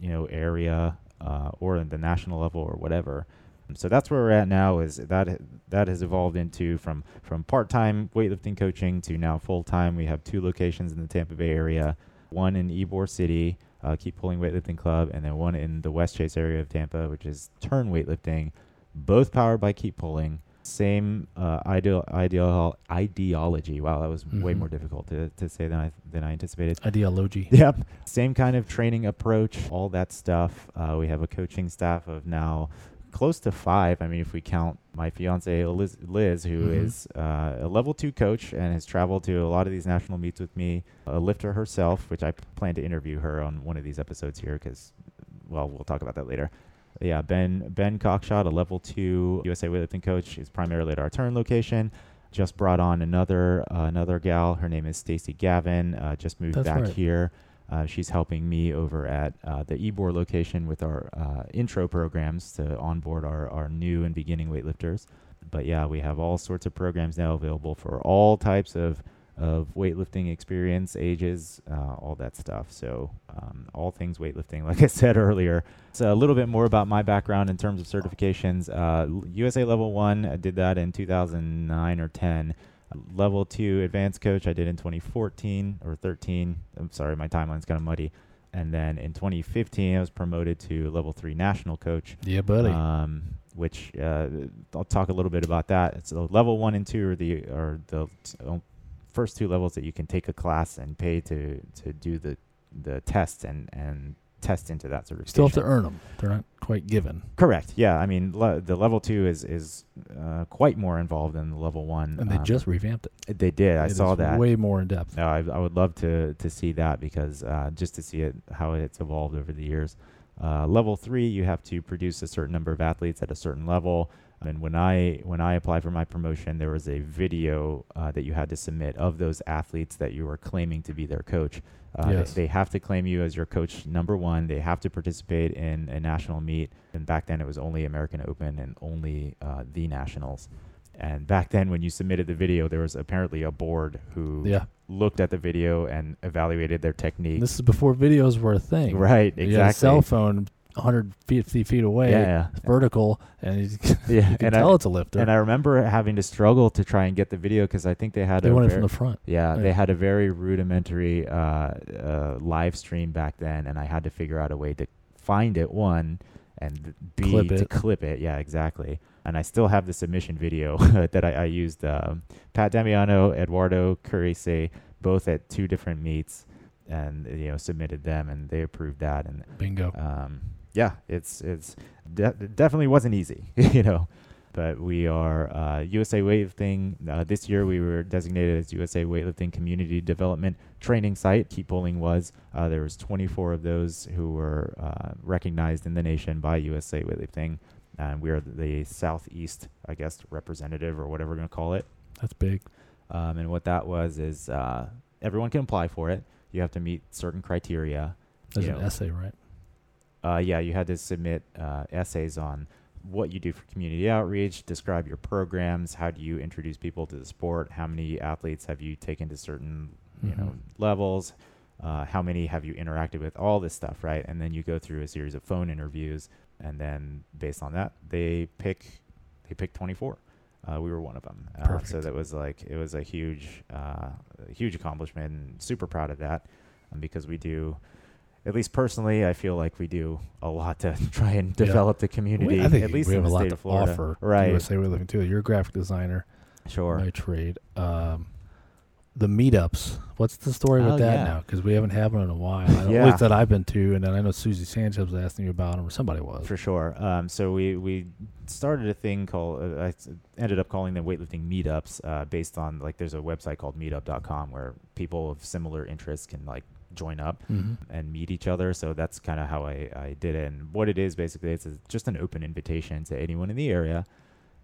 S1: you know, area uh, or in the national level or whatever. Um, So that's where we're at now. Is that that has evolved into from from part time weightlifting coaching to now full time. We have two locations in the Tampa Bay area, one in Ybor City, uh, Keep Pulling Weightlifting Club, and then one in the West Chase area of Tampa, which is Turn Weightlifting. Both powered by Keep Pulling same uh, ideal, ideal ideology. Wow, that was way
S2: Mhm.
S1: more difficult to, to say than I than I anticipated.
S2: ideology.
S1: Yep. Same kind of training approach, all that stuff. Uh, we have a coaching staff of now close to five. I mean, if we count my fiance Liz, Liz who
S2: Mhm.
S1: is uh, a level two coach and has traveled to a lot of these national meets with me, a lifter herself, which I p- plan to interview her on one of these episodes here because, well, we'll talk about that later. Yeah, Ben Ben Cockshot, a level two USA weightlifting coach, is primarily at our turn location. Just brought on another uh, another gal. Her name is Stacy Gavin. Uh, just moved
S2: That's
S1: back
S2: right.
S1: here. Uh, she's helping me over at uh, the Ebor location with our uh, intro programs to onboard our, our new and beginning weightlifters. But yeah, we have all sorts of programs now available for all types of of weightlifting experience, ages, uh, all that stuff. So, um, all things weightlifting, like I said earlier. So, a little bit more about my background in terms of certifications. Uh, l- USA Level 1, I did that in 2009 or 10. Level 2 Advanced Coach, I did in 2014 or 13. I'm sorry, my timeline's kind of muddy. And then in 2015, I was promoted to Level 3 National Coach.
S2: Yeah, buddy.
S1: Um, which uh, I'll talk a little bit about that. So level one and two are the are the t- o- first two levels that you can take a class and pay to to do the the test and and test into that sort of
S2: Still have to earn them. They're not quite given.
S1: correct yeah i mean le- the level two is is uh, quite more involved than the level one
S2: And they
S1: Um,
S2: just revamped it.
S1: they did i
S2: It
S1: saw
S2: is
S1: that
S2: way more in depth.
S1: no, I, I would love to to see that because uh, just to see it how it's evolved over the years. Uh, level three, you have to produce a certain number of athletes at a certain level. And when I when I applied for my promotion, there was a video uh, that you had to submit of those athletes that you were claiming to be their coach. Uh, they-
S2: Yes.
S1: they, have to claim you as your coach number one. They have to participate in a national meet. And back then, it was only American Open and only uh, the nationals. And back then, when you submitted the video, there was apparently a board who
S2: Yeah.
S1: looked at the video and evaluated their technique.
S2: This is before videos were a thing.
S1: right,
S2: You had a
S1: exactly.
S2: cell phone 150 feet away,
S1: Yeah,
S2: vertical, and you can
S1: yeah. And
S2: tell
S1: I,
S2: it's a lifter.
S1: and I remember having to struggle to try and get the video because I think they had
S2: they
S1: a
S2: want it
S1: ver-
S2: from the front.
S1: yeah,
S2: yeah.
S1: they had a very rudimentary uh, uh, live stream back then, and I had to figure out a way to find it one and b
S2: Clip
S1: to
S2: it.
S1: clip it. Yeah, exactly. And I still have the submission video that I, I used. Um, Pat Damiano, Eduardo Curese, both at two different meets, and you know submitted them, and they approved that, and
S2: Bingo.
S1: um, yeah, it's it's de- definitely wasn't easy, you know. But we are uh, USA Weightlifting. Uh, this year, we were designated as USA Weightlifting Community Development Training Site. Keep Bowling was. Uh, there was 24 of those who were uh, recognized in the nation by USA Weightlifting. And we are the Southeast, I guess, representative or whatever we're going to call it.
S2: That's big.
S1: Um, and what that was is uh, everyone can apply for it. You have to meet certain criteria.
S2: That's
S1: you
S2: an
S1: know,
S2: essay, right?
S1: uh, yeah, you had to submit uh, essays on what you do for community outreach, describe your programs, how do you introduce people to the sport, how many athletes have you taken to certain you know
S2: Mhm.
S1: levels, uh, how many have you interacted with, all this stuff, right? And then you go through a series of phone interviews, and then based on that, they pick they pick 24. Uh, we were one of them, uh, so
S2: Perfect.
S1: that was like it was a huge, uh, a huge accomplishment. And super proud of that, um, because we do at least personally, I feel like we do a lot to try and
S2: Yeah.
S1: develop the community.
S2: We, I think
S1: at least
S2: we
S1: in
S2: have a
S1: the
S2: lot
S1: state
S2: to
S1: of Florida.
S2: offer.
S1: Right.
S2: USA Weightlifting too. You're a graphic designer
S1: Sure.
S2: by trade. Um, the meetups. What's the story with
S1: Oh,
S2: that
S1: yeah.
S2: now? Because we haven't had one in a while. I do
S1: Yeah.
S2: At least that I've been to, and then I know Susie Sanchez was asking you about them, or somebody was.
S1: For sure. Um, so we we started a thing called uh, I s- ended up calling them weightlifting meetups uh, based on like there's a website called meetup.com where people of similar interests can like join up
S2: Mhm.
S1: and meet each other. So that's kind of how I, I did it. And what it is basically, it's a- just an open invitation to anyone in the area.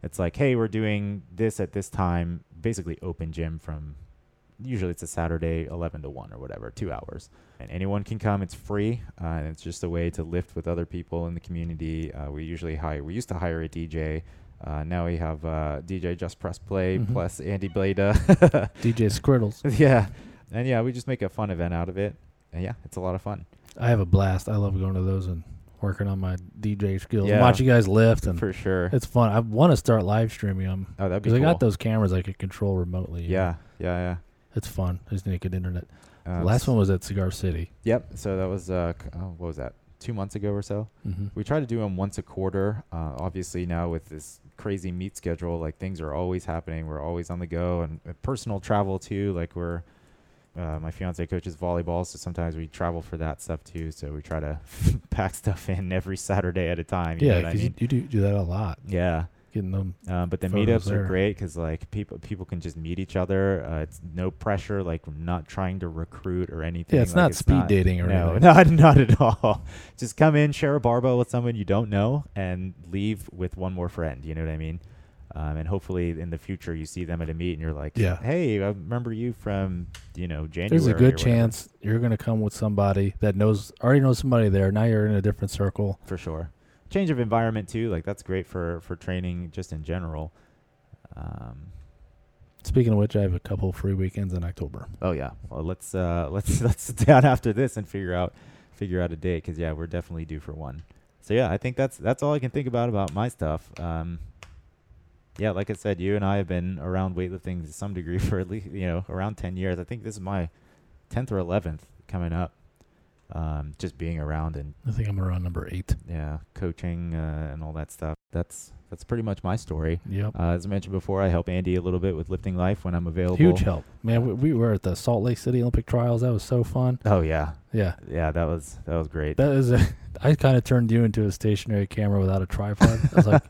S1: It's like, hey, we're doing this at this time, basically open gym from usually it's a Saturday, 11 to 1 or whatever, two hours. And anyone can come. It's free. Uh, and it's just a way to lift with other people in the community. Uh, we usually hire, we used to hire a DJ. Uh, now we have uh, DJ Just Press Play
S2: Mhm.
S1: plus Andy Blada.
S2: DJ Squirtles.
S1: yeah. And yeah, we just make a fun event out of it. And yeah, it's a lot of fun.
S2: I have a blast. I love going to those and working on my DJ skills.
S1: Yeah.
S2: Watch you guys lift, and
S1: for sure.
S2: it's fun. I want to start live streaming them
S1: Oh, that'd be
S2: because
S1: cool.
S2: I got those cameras I could control remotely.
S1: Yeah, yeah,
S2: it's fun. I just need good internet.
S1: yeah. Um,
S2: Last one was at Cigar City.
S1: Yep. So that was uh, c- oh, what was that? Two months ago or so.
S2: Mm-hmm.
S1: We try to do them once a quarter. Uh, obviously now with this crazy meet schedule, like things are always happening. We're always on the go, and uh, personal travel too. Like we're. Uh, my fiance coaches volleyball, so sometimes we travel for that stuff too. So we try to pack stuff in every Saturday at a time. You
S2: Yeah,
S1: know what I
S2: because you,
S1: mean?
S2: you do do that a lot.
S1: yeah.
S2: Getting them.
S1: Um, but the
S2: photos
S1: meetups
S2: there.
S1: are great because like people people can just meet each other. Uh, it's no pressure. Like we're not trying to recruit or anything.
S2: Yeah, it's
S1: like,
S2: not speed dating or
S1: No,
S2: anything.
S1: not not at all. Just come in, share a barbell with someone you don't know, and leave with one more friend. You know what I mean? Um, and hopefully in the future you see them at a meet and you're like,
S2: Yeah.
S1: hey, I remember you from you know January.
S2: There's a
S1: or
S2: good
S1: whatever."
S2: chance you're going to come with somebody that knows already knows somebody there. Now you're in a different circle.
S1: for sure. Change of environment too. Like that's great for for training just in general. Um,
S2: Speaking of which, I have a couple free weekends in October.
S1: Oh yeah. Well, let's uh, let's let's sit down after this and figure out figure out a date because yeah, we're definitely due for one. So yeah, I think that's that's all I can think about about my stuff. Um, yeah, like I said, you and I have been around weightlifting to some degree for at least you know around ten years. I think this is my tenth or eleventh coming up. Um, just being around and
S2: I think I'm around number eight.
S1: yeah, coaching uh, and all that stuff. That's that's pretty much my story.
S2: Yep.
S1: Uh, as I mentioned before, I help Andy a little bit with lifting life when I'm available.
S2: Huge help, man. We, we were at the Salt Lake City Olympic trials. That was so fun.
S1: Oh yeah,
S2: Yeah,
S1: yeah, that was that was great.
S2: that is. A, I kind of turned you into a stationary camera without a tripod. I was like,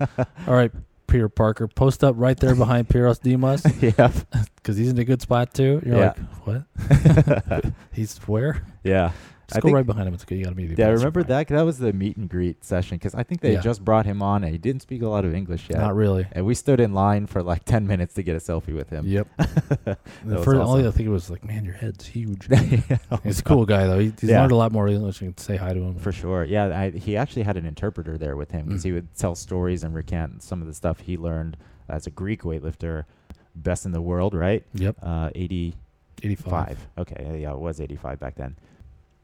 S2: all right, Peter Parker, post up right there behind Piros Dimas
S1: yep.
S2: because he's in a good spot too. You're
S1: Yeah.
S2: like, what? He's where?
S1: yeah.
S2: Just
S1: I
S2: go
S1: think-
S2: right behind him. It's good. You got to meet the
S1: Yeah, I
S2: boss,
S1: remember
S2: right?
S1: that. That was the meet and greet session because I think they
S2: Yeah.
S1: had just brought him on and he didn't speak a lot of English yet.
S2: Not really.
S1: and we stood in line for like 10 minutes to get a selfie with him.
S2: Yep. the
S1: was awesome.
S2: first, only thing was like, man, your head's huge.
S1: Yeah.
S2: He's a cool guy though. He, he's
S1: Yeah.
S2: learned a lot more English. You can say hi to him.
S1: For sure. Yeah, I, he actually had an interpreter there with him because
S2: Mm.
S1: he would tell stories and recant some of the stuff he learned as a Greek weightlifter. Best in the world, right?
S2: Yep.
S1: Uh, 80,
S2: Eighty-five.
S1: Five. Okay, yeah, it was 85 back then.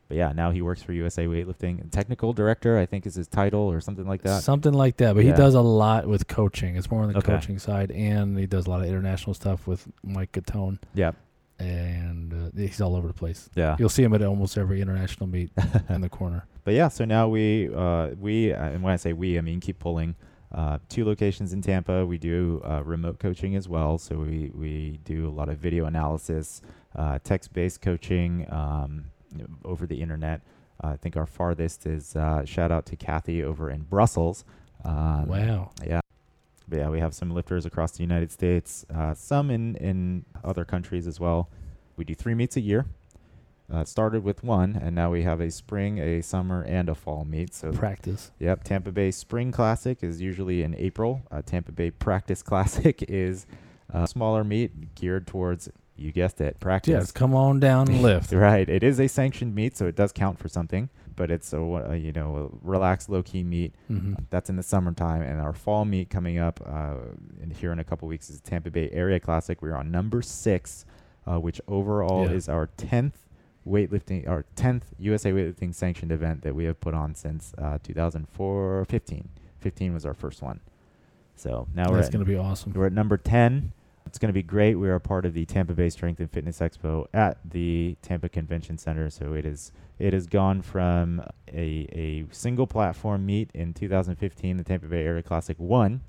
S1: But yeah, now he works for USA Weightlifting. Technical director, I think, is his title or something like that.
S2: Something like that. But he
S1: Yeah.
S2: does a lot with coaching. It's more on the
S1: Okay.
S2: coaching side, and he does a lot of international stuff with Mike Catone.
S1: Yeah,
S2: And uh, he's all over the place.
S1: yeah.
S2: You'll see him at almost every international meet in the corner.
S1: But yeah, so now we uh, we uh, and when I say we, I mean keep pulling. Uh, two locations in Tampa. We do uh, remote coaching as well, so we we do a lot of video analysis, uh, text-based coaching um, over the internet. Uh, I think our farthest is uh, shout out to Kathy over in Brussels. Um,
S2: wow.
S1: Yeah. But yeah, we have some lifters across the United States, uh, some in, in other countries as well. We do three meets a year. Uh, started with one, and now we have a spring, a summer, and a fall meet. So
S2: practice.
S1: Yep, Tampa Bay Spring Classic is usually in April. Uh, Tampa Bay Practice Classic is a smaller meet geared towards, you guessed it, practice.
S2: Yes, come on down and lift.
S1: Right. It is a sanctioned meet, so it does count for something, but it's a, wa- a, you know a relaxed, low key meet.
S2: hmm
S1: That's in the summertime, and our fall meet coming up uh, in, here in a couple weeks is the Tampa Bay Area Classic. We're on number six, uh, which overall
S2: Yeah.
S1: is our tenth weightlifting, our tenth USA weightlifting sanctioned event that we have put on since uh, 2004, 15. 15 was our first one. So now we're
S2: That's
S1: at
S2: going to be awesome.
S1: we're at number 10. It's going to be great. We are part of the Tampa Bay Strength and Fitness Expo at the Tampa Convention Center. So it is it has gone from a, a single platform meet in 2015, the Tampa Bay Area Classic 1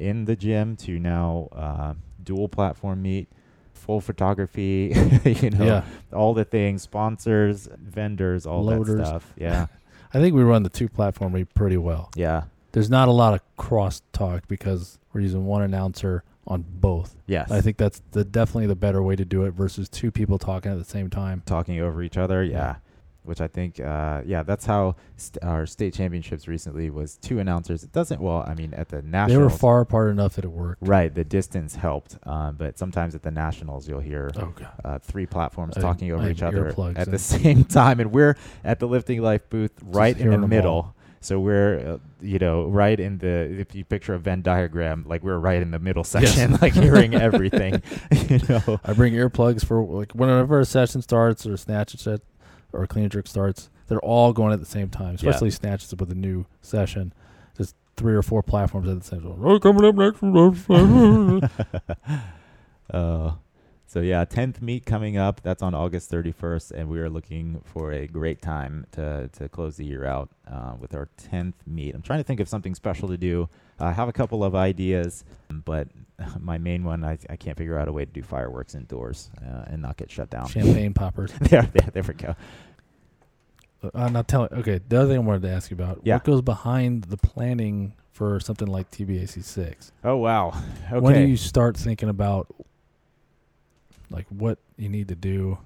S1: in the gym to now uh, dual platform meet, full photography, you know,
S2: Yeah,
S1: all the things, sponsors, vendors, all that
S2: Loaders.
S1: stuff. Yeah.
S2: I think we run the two platform meet pretty well.
S1: Yeah.
S2: There's not a lot of cross talk because we're using one announcer on both.
S1: Yes.
S2: I think that's the definitely the better way to do it versus two people talking at the same time.
S1: talking over each other. Yeah. Which I think, uh, yeah, that's how st- our state championships recently was two announcers. It doesn't, well, I mean, at the
S2: They were
S1: nationals,
S2: far apart enough that it worked.
S1: right? The distance helped, um, but sometimes at the nationals you'll hear
S2: Oh god.
S1: uh, three platforms
S2: I-
S1: talking over
S2: I
S1: each
S2: have
S1: other
S2: earplugs
S1: at the
S2: in.
S1: same time, and we're at the Lifting Life booth right in
S2: hearing
S1: the
S2: 'em
S1: middle.
S2: all.
S1: So we're, uh, you know, right in the if you picture a Venn diagram, like we're right in the middle
S2: Yes.
S1: section, like hearing everything, you know.
S2: I bring earplugs for like whenever a session starts or snatch set or clean and jerk starts. They're all going at the same time,
S1: Yeah.
S2: especially snatches with a new session. Just three or four platforms at the same time. Oh, coming up next.
S1: Uh, so yeah, tenth meet coming up. That's on August thirty first, and we are looking for a great time to to close the year out uh, with our tenth meet. I'm trying to think of something special to do. I have a couple of ideas, but my main one I, I can't figure out a way to do fireworks indoors uh, and not get shut down.
S2: Champagne poppers.
S1: there, there, there we go.
S2: Uh, I'm not telling. Okay, the other thing I wanted to ask you about.
S1: Yeah.
S2: What goes behind the planning for something like TBAC six?
S1: Oh wow. Okay.
S2: When do you start thinking about like what you need to do?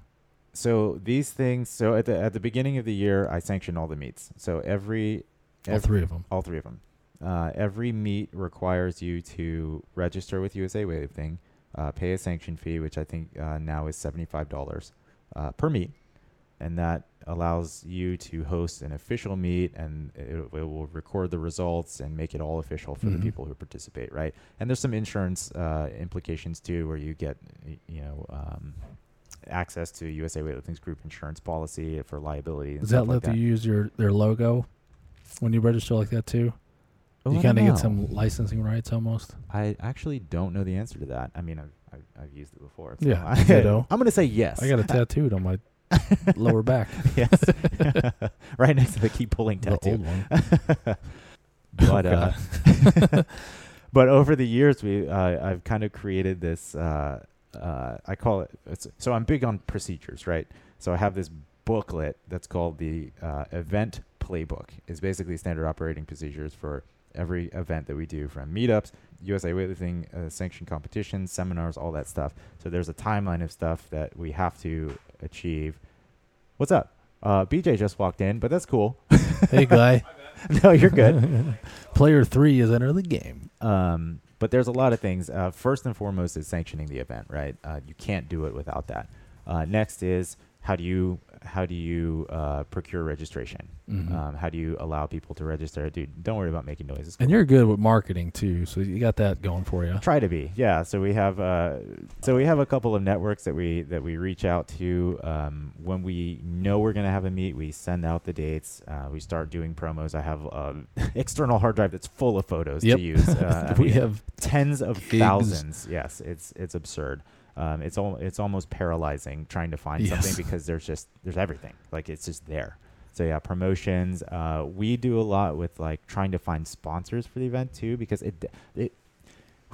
S1: so these things. So at the at the beginning of the year, I sanction all the meets. So every
S2: All
S1: every,
S2: three of them.
S1: All three of them. Uh, every meet requires you to register with USA Weightlifting, uh, pay a sanction fee, which I think uh, now is seventy-five dollars uh, per meet, and that allows you to host an official meet, and it, it will record the results and make it all official for
S2: Mhm.
S1: the people who participate, right? And there's some insurance uh, implications too, where you get, y- you know. Um, access to USA Weightlifting's group insurance policy for liability. And
S2: Does
S1: stuff
S2: that
S1: like
S2: let
S1: that.
S2: you use your their logo when you register like that too?
S1: Oh,
S2: you
S1: I don't
S2: kind of
S1: know.
S2: get some licensing rights almost.
S1: I actually don't know the answer to that. I mean, I've, I've, I've used it before. so
S2: Yeah,
S1: I,
S2: ditto.
S1: I'm going to say yes.
S2: I got it tattooed on my lower back.
S1: yes. right next to the keep pulling
S2: The
S1: tattoo.
S2: old one.
S1: But,
S2: Oh,
S1: uh,
S2: God.
S1: but over the years, we uh, I've kind of created this. Uh, uh, I call it. It's, so I'm big on procedures, right? So I have this booklet that's called the uh, event playbook. It's basically standard operating procedures for every event that we do, from meetups, USA weightlifting, uh, sanctioned competitions, seminars, all that stuff. So there's a timeline of stuff that we have to achieve. What's up? Uh, BJ just walked in, but that's cool.
S2: hey, guy.
S1: no, you're good.
S2: Player three is entering the game.
S1: Um, but there's a lot of things. Uh, first and foremost is sanctioning the event, right? Uh, you can't do it without that. Uh, next is how do you how do you uh, procure registration?
S2: Mhm.
S1: Um, how do you allow people to register? Dude, don't worry about making noises.
S2: and you're good with marketing too, so you got that going for you.
S1: Try to be, yeah. So we have, uh, so we have a couple of networks that we that we reach out to um, when we know we're gonna have a meet. We send out the dates. Uh, we start doing promos. I have an external hard drive that's full of photos
S2: Yep.
S1: to use. Uh, I
S2: we
S1: mean,
S2: have
S1: tens of
S2: Gigs.
S1: thousands. Yes, it's it's absurd. Um, it's all it's almost paralyzing trying to find
S2: Yes.
S1: something because there's just there's everything like it's just there. So yeah, promotions. Uh, we do a lot with like trying to find sponsors for the event too because it it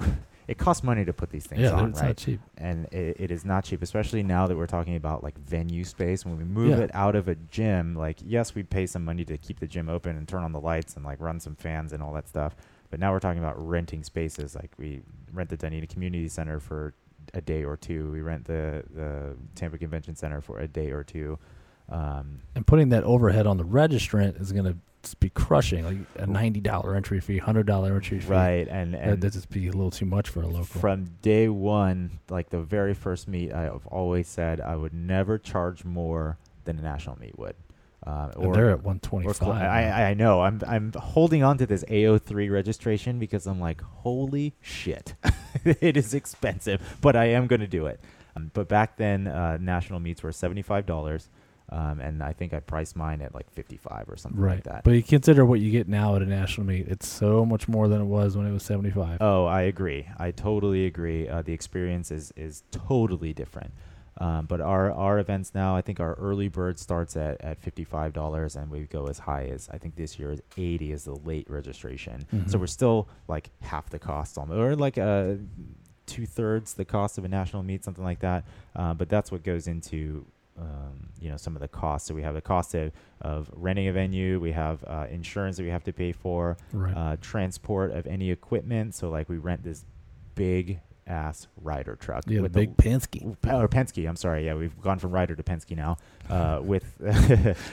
S1: it costs money to put these things
S2: yeah,
S1: on,
S2: it's
S1: right?
S2: not cheap.
S1: and it, it is not cheap, especially now that we're talking about like venue space. When we move
S2: Yeah.
S1: it out of a gym, like yes, we pay some money to keep the gym open and turn on the lights and like run some fans and all that stuff. But now we're talking about renting spaces. Like we rent the Dunedin Community Center for a day or two. We rent the the Tampa Convention Center for a day or two. Um,
S2: And putting that overhead on the registrant is going to be crushing, like a ninety dollar entry fee, hundred dollar entry fee.
S1: right, and
S2: That,
S1: and
S2: that just be a little too much for a local.
S1: From day one, like the very first meet, I've always said I would never charge more than a national meet would. Um,
S2: and they're at one twenty
S1: or cl-
S2: five.
S1: I, I know. I'm I'm holding on to this AO3 registration because I'm like, holy shit, it is expensive, but I am going to do it. Um, but back then, uh, national meets were seventy five dollars, um, and I think I priced mine at like fifty five or something
S2: right.
S1: like that.
S2: But you consider what you get now at a national meet; it's so much more than it was when it was seventy five.
S1: Oh, I agree. I totally agree. Uh, the experience is is totally different. Um, but our our events now, I think our early bird starts at, at fifty five dollars, and we go as high as I think this year is eighty is the late registration. So
S2: Mhm.
S1: we're still like half the cost, almost, or like uh, two thirds the cost of a national meet, something like that. Uh, but that's what goes into um, you know some of the costs. So we have the cost of, of renting a venue, we have uh, insurance that we have to pay for,
S2: right.
S1: uh, transport of any equipment. So like we rent this big ass rider truck
S2: yeah, the
S1: with
S2: big Penske.
S1: the, or Penske. I'm sorry. Yeah, we've gone from rider to Penske now. Uh, with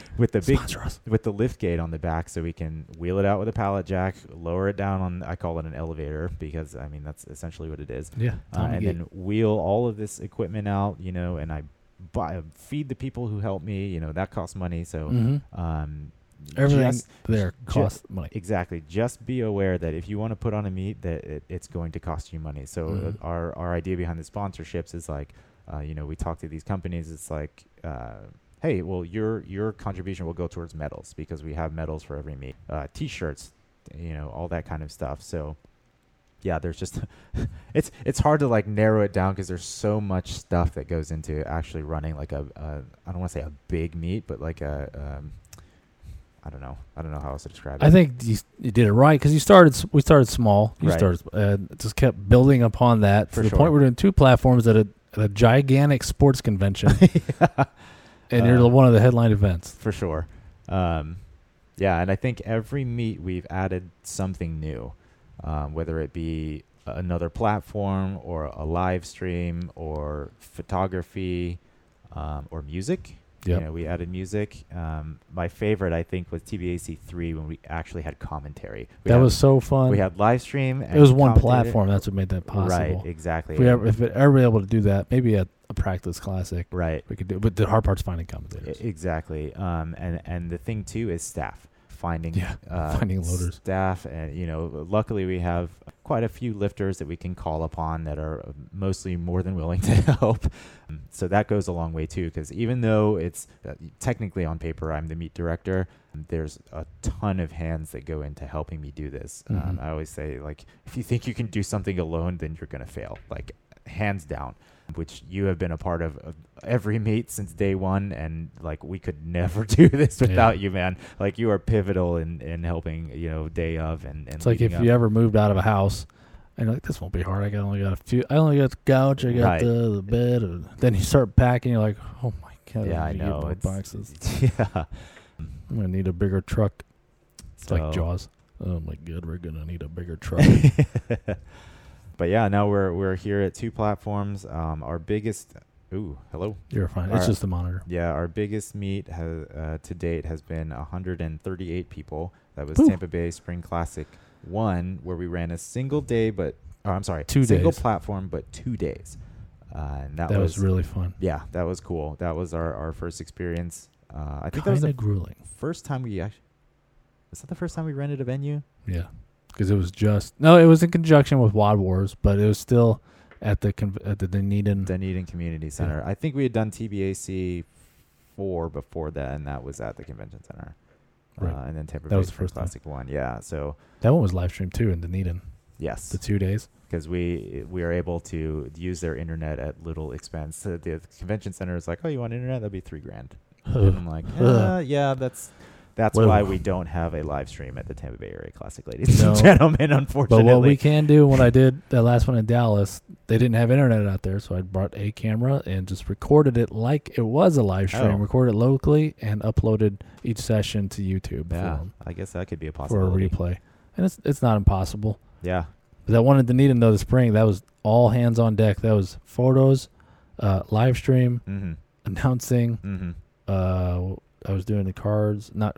S1: with the big
S2: Sponsor us.
S1: with the lift gate on the back, so we can wheel it out with a pallet jack, lower it down on I call it an elevator because I mean that's essentially what it is.
S2: Yeah,
S1: Uh,
S2: Tommy
S1: and
S2: Gate.
S1: then wheel all of this equipment out, you know, and I buy feed the people who help me, you know, that costs money. So
S2: Mhm.
S1: um,
S2: everything
S1: uh, just-
S2: there
S1: ju-
S2: costs money.
S1: Exactly. Just be aware that if you want to put on a meet, that it, it's going to cost you money. So
S2: Mhm.
S1: uh, our our idea behind the sponsorships is like, uh, you know, we talk to these companies. It's like, uh, hey, well, your your contribution will go towards medals because we have medals for every meet, uh, t-shirts, you know, all that kind of stuff. So. Yeah, there's just it's it's hard to like narrow it down because there's so much stuff that goes into actually running like a, a I don't want to say a big meet, but like a um, I don't know I don't know how else to describe it.
S2: I think you, you did it right because you started. s- We started small. You
S1: Right.
S2: started and just kept building upon that to
S1: For
S2: the
S1: sure.
S2: point we're doing two platforms at a, at a gigantic sports convention, and you're
S1: Uh,
S2: the- one of the headline events.
S1: for sure. Um, yeah, and I think every meet we've added something new, um, whether it be another platform or a live stream or photography um, or music.
S2: Yep.
S1: You know, we added music. Um, my favorite, I think, was TBAC three when we actually had commentary. We
S2: That
S1: had,
S2: was so fun.
S1: we had live stream.
S2: it was
S1: and
S2: one
S1: commentator.
S2: platform. That's what made that possible.
S1: Right, exactly.
S2: If we ever, if we ever able to do that, maybe at a practice classic,
S1: right.
S2: we could do. But the hard part's finding
S1: I-
S2: commentators.
S1: E, Exactly. Um, and and the thing too is staff finding
S2: Yeah,
S1: uh,
S2: finding loaders.
S1: staff and you know luckily we have quite a few lifters that we can call upon that are um, mostly more than willing to help Um, so that goes a long way too because even though it's uh, technically on paper i'm the meet director um, there's a ton of hands that go into helping me do this um,
S2: Mhm.
S1: i always say like if you think you can do something alone then you're going to fail like hands down which you have been a part of, of every meet since day one and like we could never do this
S2: Yeah.
S1: without you man like you are pivotal in in helping you know day of and, and
S2: It's like if
S1: leading
S2: you
S1: up.
S2: ever moved out of a house. And you're like this won't be hard. I got only got a few. I only got the couch. I got
S1: Right.
S2: the, the bed. and then you start packing. You're like, oh my god.
S1: yeah
S2: I
S1: i
S2: need to get
S1: know
S2: more
S1: it's-
S2: boxes.
S1: yeah
S2: I'm gonna need a bigger truck. It's
S1: So-
S2: like Jaws. Oh my god, we're gonna need a bigger truck.
S1: but yeah now we're we're here at two platforms um our biggest ooh hello
S2: You're fine.
S1: Alright.
S2: It's just the monitor.
S1: yeah our biggest meet has uh, to date has been 138 people that was
S2: Whew.
S1: tampa bay spring classic one where we ran a single day but oh, i'm sorry
S2: Two
S1: single
S2: days.
S1: platform but two days uh, and that,
S2: That, was, really fun.
S1: yeah that was cool that was our our first experience uh, i think that was
S2: Kind
S1: the
S2: of grueling.
S1: first time we actually is that the first time we rented a venue?
S2: Yeah, because it was just no. It was in conjunction with Wad Wars, but it was still at the conv- at the Dunedin.
S1: Dunedin Community Center. I think we had done TBAC four before that, and that was at the convention center.
S2: Right.
S1: Uh, and then Tampa
S2: That
S1: Bay
S2: was the
S1: Spring
S2: first one.
S1: classic one. Yeah. So
S2: that one was live streamed too in Dunedin.
S1: yes,
S2: The two days.
S1: because we we are able to use their internet at little expense. So the convention center is like, oh, you want internet? That'd be three grand. and I'm like, uh, yeah, that's. That's
S2: Whoa.
S1: why we don't have a live stream at the Tampa Bay Area Classic, ladies and
S2: No.
S1: gentlemen.
S2: But
S1: Unfortunately,
S2: what we can do, when I did that last one in Dallas, they didn't have internet out there, so I brought a camera and just recorded it like it was a live stream,
S1: Oh.
S2: recorded it locally, and uploaded each session to YouTube
S1: yeah,
S2: for, 'em,
S1: I guess that could be a
S2: for a
S1: possibility.
S2: replay. and it's it's not impossible.
S1: Yeah.
S2: But that one in Dunedin though the spring that was all hands on deck. That was photos, uh, live stream
S1: Mm-hmm.
S2: announcing.
S1: Mm-hmm.
S2: Uh, I was doing the cards, not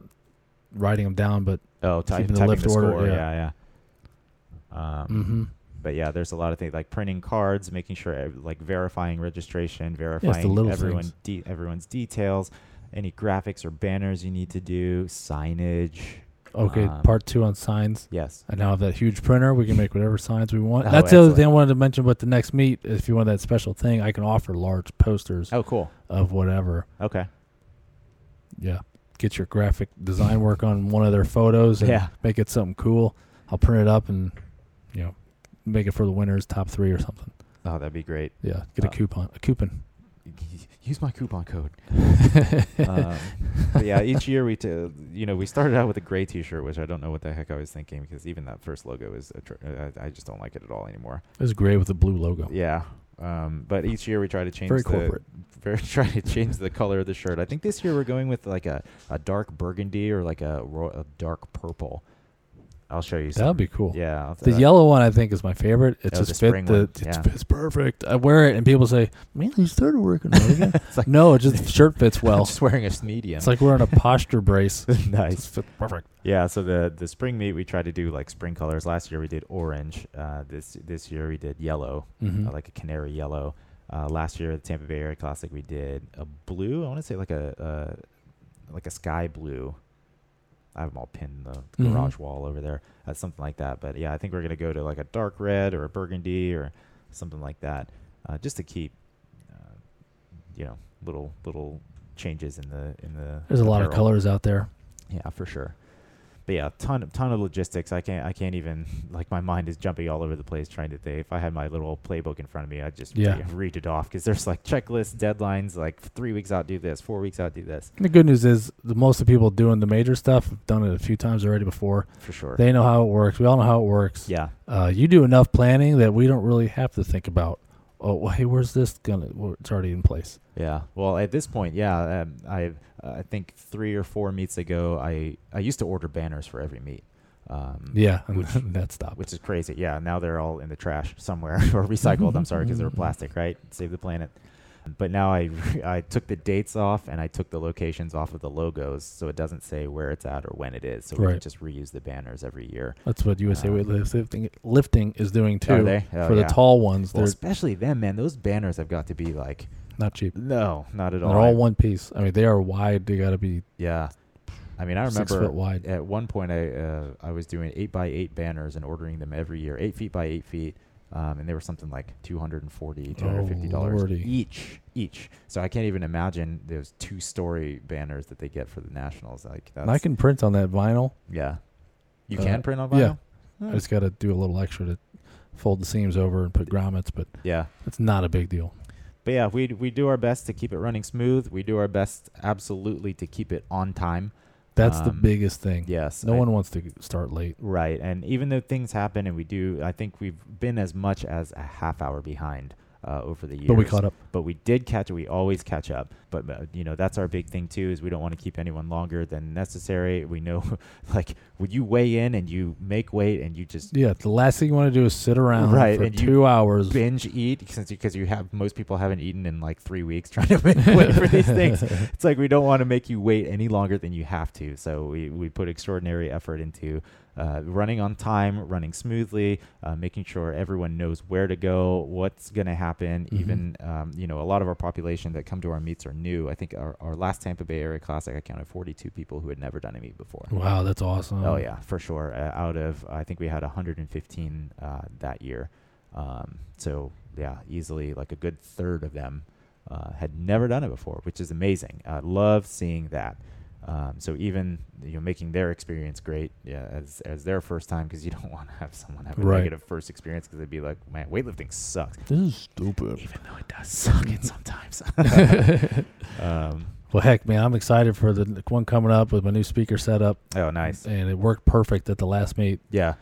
S2: writing them down, but
S1: Oh, ty-
S2: Keeping
S1: typing
S2: the
S1: the,
S2: lift order,
S1: score.
S2: yeah.
S1: Yeah, yeah. Um,
S2: mm-hmm.
S1: But yeah, there's a lot of things like printing cards, making sure ev- like verifying registration, verifying
S2: little
S1: everyone de-
S2: things.
S1: everyone's details, any graphics or banners you need to do, signage.
S2: okay.
S1: Um,
S2: part two on signs.
S1: Yes.
S2: I now have that huge printer. We can make whatever signs we want.
S1: Oh,
S2: That's the other
S1: excellent.
S2: thing I wanted to mention. But the next meet, if you want that special thing, I can offer large posters
S1: Oh, cool.
S2: of whatever.
S1: Okay.
S2: Yeah, get your graphic design work on one of their photos and
S1: Yeah.
S2: make it something cool. I'll print it up and you know make it for the winners, top three or something.
S1: Oh, that'd be great.
S2: Yeah, get
S1: Uh,
S2: a coupon, a coupon.
S1: Use my coupon code. um, but yeah, each year we, t- you know, we started out with a gray T-shirt, which I don't know what the heck I was thinking because even that first logo is, atr- I, I just don't like it at all anymore.
S2: It was gray with a blue logo.
S1: Yeah. Um, but each year we try to change
S2: Very
S1: the
S2: corporate.
S1: very try to change the color of the shirt. I think this year we're going with like a, a dark burgundy or like a, ro- a dark purple. I'll show you.
S2: That
S1: some.
S2: would be cool.
S1: Yeah. I'll-
S2: The
S1: uh,
S2: yellow one I think is my favorite. It
S1: Oh,
S2: just
S1: the
S2: fit
S1: spring
S2: the
S1: one,
S2: it's,
S1: yeah.
S2: it's perfect. I wear it and people say, "Man, you started working out again."
S1: It's like
S2: no, it just the shirt fits
S1: I'm
S2: Mm, well.
S1: just wearing a medium.
S2: It's like wearing a posture brace.
S1: nice.
S2: perfect.
S1: Yeah. So the the spring meet we try to do like spring colors. Last year we did orange. Uh, this this year we did yellow,
S2: hmm
S1: uh, like a canary yellow. Uh, last year at the Tampa Bay Area Classic we did a blue. I want to say like a uh, like a sky blue. I have them all pinned in the
S2: Mhm.
S1: garage wall over there, uh, something like that. But yeah, I think we're gonna go to like a dark red or a burgundy or something like that, uh, just to keep uh, you know little little changes in the in the.
S2: There's a lot of
S1: apparel.
S2: colors out there.
S1: Yeah, for sure. But yeah, ton of ton of logistics. I can't I can't even like my mind is jumping all over the place trying to think. If I had my little playbook in front of me, I'd just
S2: Yeah.
S1: re- read it off because there's like checklists, deadlines. Like three weeks out, do this. Four weeks out, do this.
S2: The good news is the most of the people doing the major stuff have done it a few times already before.
S1: For sure.
S2: They know how it works. We all know how it works.
S1: yeah.
S2: Uh, you do enough planning that we don't really have to think about. Oh, well, hey, where's this gonna? well, It's already in place.
S1: Yeah. Well, at this point, yeah, um, I I think three or four meets ago, I I used to order banners for every meet. Um,
S2: Yeah, and
S1: Which-
S2: that stopped.
S1: Which is crazy. Yeah, now they're all in the trash somewhere or recycled. I'm sorry, because they're plastic, right? Save the planet. But now I I took the dates off and I took the locations off of the logos, so it doesn't say where it's at or when it is. So we
S2: Right.
S1: can just reuse the banners every year.
S2: That's what USA
S1: Uh,
S2: weightlifting lifting is doing too.
S1: Are they? Oh,
S2: for the
S1: yeah.
S2: tall ones,
S1: Well,
S2: they're
S1: especially them, man. Those banners have got to be like
S2: not cheap.
S1: no, not at
S2: They're
S1: all.
S2: all
S1: I-
S2: one piece. I mean, they are wide. They got to be
S1: Yeah. I mean, I remember
S2: six foot wide.
S1: at one point I uh, I was doing eight by eight banners and ordering them every year, eight feet by eight feet, um, and they were something like 240 250 dollars
S2: Oh, lordy.
S1: each each. So I can't even imagine those two story banners that they get for the nationals. Like that's
S2: And I can print on that vinyl.
S1: yeah, you
S2: uh,
S1: can print on
S2: yeah.
S1: vinyl. Hmm.
S2: I just got to do a little extra to fold the seams over and put grommets, but
S1: yeah.
S2: it's not a big deal.
S1: But yeah, we we do our best to keep it running smooth. We do our best absolutely to keep it on time.
S2: That's the
S1: Um,
S2: biggest thing.
S1: Yes.
S2: No
S1: I-
S2: one wants to g- start late.
S1: Right. And even though things happen and we do, I think we've been as much as a half hour behind uh, over the years.
S2: But we caught up.
S1: But we did catch We always catch up. But, uh, you know, that's our big thing, too, is we don't want to keep anyone longer than necessary. We know, like, when you weigh in and you make weight and you just
S2: Yeah, the last thing you want to do is sit around
S1: Right,
S2: for
S1: and you
S2: two hours.
S1: binge eat since because you have most people haven't eaten in like three weeks trying to make weight for these things it's like we don't want to make you wait any longer than you have to so we, we put extraordinary effort into uh, running on time running smoothly uh, making sure everyone knows where to go what's going to happen
S2: Mhm.
S1: even um, you know a lot of our population that come to our meets are new i think our, our last tampa bay area classic i counted 42 people who had never done a meet before
S2: Wow, that's awesome.
S1: Oh yeah, for sure. Uh, out of I think we had 115 uh, that year, um, so yeah, easily like a good third of them uh, had never done it before, which is amazing. I love seeing that. Um, so even you know making their experience great, yeah, as as their first time, because you don't want to have someone have a
S2: Right.
S1: negative first experience, because they'd be like, man, weightlifting sucks.
S2: This is stupid.
S1: Even though it does suck it sometimes. um,
S2: Well, heck, man, I'm excited for the n- one coming up with my new speaker setup.
S1: oh, nice.
S2: And it worked perfect at the last meet.
S1: Yeah.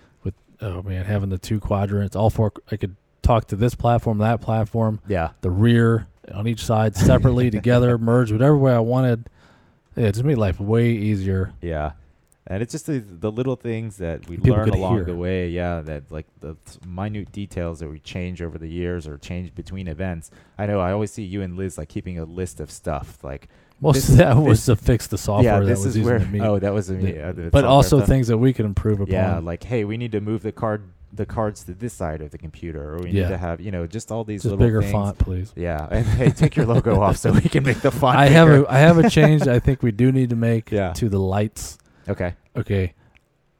S2: Oh man, having the two quadrants, all four. I could talk to this platform, that platform,
S1: Yeah.
S2: the rear on each side separately, together, merge, whatever way I wanted. Yeah, it just made life way easier.
S1: Yeah. And it's just the, the little things that we
S2: People
S1: learn
S2: could
S1: along
S2: hear.
S1: the way, yeah, that like the s- minute details that we change over the years or change between events. I know I always see you and Liz like keeping a list of stuff, like
S2: Most
S1: This-
S2: of that was
S1: this-
S2: to fix the software
S1: yeah,
S2: that
S1: this
S2: was
S1: is
S2: using
S1: where
S2: the meet.
S1: oh that was the,
S2: The-
S1: yeah, the
S2: but
S1: software
S2: also
S1: stuff.
S2: things that we can improve upon.
S1: yeah, like hey, we need to move the card the cards to this side of the computer, or we
S2: Yeah.
S1: need to have you know just all these
S2: just
S1: little
S2: bigger
S1: things.
S2: font, please.
S1: Yeah, and hey, take your logo off so we can make the font.
S2: I have
S1: bigger.
S2: a I have a change I think we do need to make
S1: Yeah.
S2: to the lights.
S1: okay.
S2: Okay.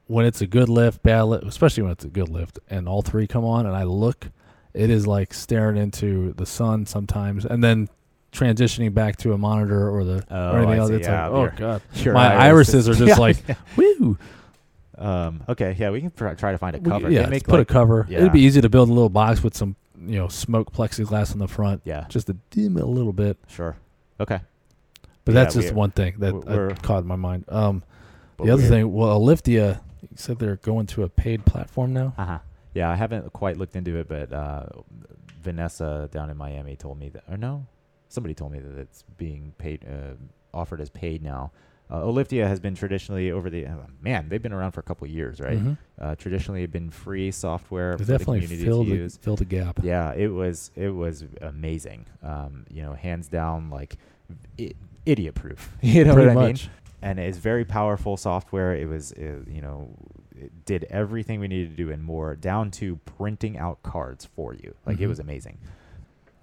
S2: When it's a good lift, bad lift, especially when it's a good lift and all three come on and I look, it is like staring into the sun sometimes and then transitioning back to a monitor or the
S1: Oh,
S2: or anything
S1: I
S2: else.
S1: see.
S2: It's
S1: yeah,
S2: like,
S1: your-
S2: oh god.
S1: your
S2: My
S1: iris
S2: irises
S1: is-
S2: are just
S1: Yeah.
S2: like woo.
S1: Um, okay, yeah, we can pr- try to find a
S2: We-
S1: cover.
S2: Yeah,
S1: They make
S2: put
S1: like-
S2: a cover.
S1: yeah.
S2: It'd be easy to build a little box with some, you know, smoke plexiglass on the front,
S1: Yeah,
S2: just to dim it a little bit.
S1: sure. Okay.
S2: But
S1: Yeah,
S2: that's just
S1: we-
S2: one thing that
S1: we're-
S2: uh,
S1: we're-
S2: caught my mind. Um,
S1: But
S2: the other
S1: we're-
S2: thing, well, Elliptia you said they're going to a paid platform now.
S1: Uh-huh. Yeah, I haven't quite looked into it, but uh, Vanessa down in Miami told me that, or no, somebody told me that it's being paid, uh, offered as paid now. Uh, Oliftia has been traditionally over the uh, man, they've been around for a couple years, right?
S2: Mhm.
S1: Uh, traditionally, been free software
S2: They
S1: for the
S2: definitely
S1: community
S2: filled
S1: to
S2: the,
S1: use.
S2: filled the gap.
S1: Yeah, it was it was amazing. Um, you know, hands down, like I- idiot proof. You know
S2: pretty
S1: what I mean?
S2: much.
S1: and it's very powerful software. It was, uh you know, it did everything we needed to do and more, down to printing out cards for you. Like it
S2: Mhm.
S1: was amazing.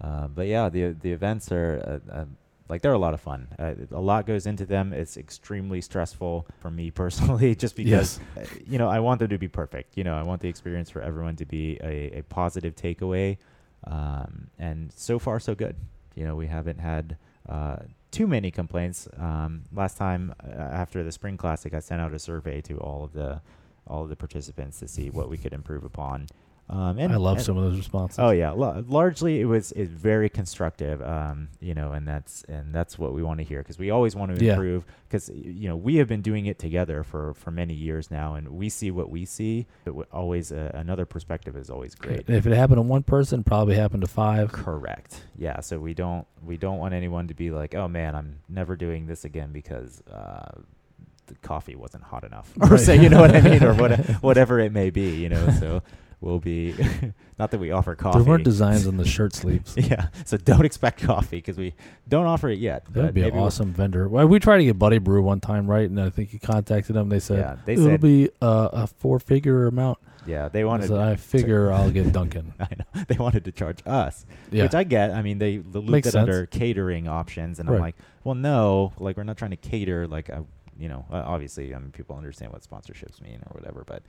S1: Uh, but yeah, the the events are uh, uh, like they're a lot of fun. Uh, a lot goes into them. It's extremely stressful for me personally, just because uh, you know I want them to be perfect. You know, I want the experience for everyone to be a, a positive takeaway. Um, and so far, so good. You know, we haven't had uh, too many complaints. Um, last time uh, after the spring classic, I sent out a survey to all of the all of the participants to see what we could improve upon. Um, and
S2: I love
S1: and-
S2: some of those responses.
S1: Oh yeah, la- largely it was is very constructive, um, you know, and that's and that's what we want to hear because we always want to
S2: Yeah.
S1: improve because you know we have been doing it together for for many years now, and we see what we see. But we- always uh, another perspective is always great.
S2: If it happened to one person, probably happened to five.
S1: Correct. Yeah. So we don't we don't want anyone to be like, oh man, I'm never doing this again because uh, the coffee wasn't hot enough, or
S2: Right.
S1: say you know what I mean, or what, whatever it may be. You know. So we'll be not that we offer coffee.
S2: There weren't designs on the shirt sleeves.
S1: yeah. So don't expect coffee because we don't offer it yet.
S2: That would
S1: but
S2: be an
S1: maybe we'll-
S2: awesome vendor. Well, we tried to get Buddy Brew one time, right? And I think you contacted them. They said
S1: yeah. They
S2: it'll
S1: said.
S2: be uh, a four-figure amount.
S1: yeah. They
S2: I
S1: wanted.
S2: said, I figure I'll get Duncan.
S1: I know. They wanted to charge us.
S2: Yeah,
S1: Which I get. I mean, they l- looked
S2: Makes
S1: at
S2: sense.
S1: under catering options, and I'm
S2: Right.
S1: like, well, no, like we're not trying to cater. Like, I, you know, uh, obviously, I mean, people understand what sponsorships mean or whatever, but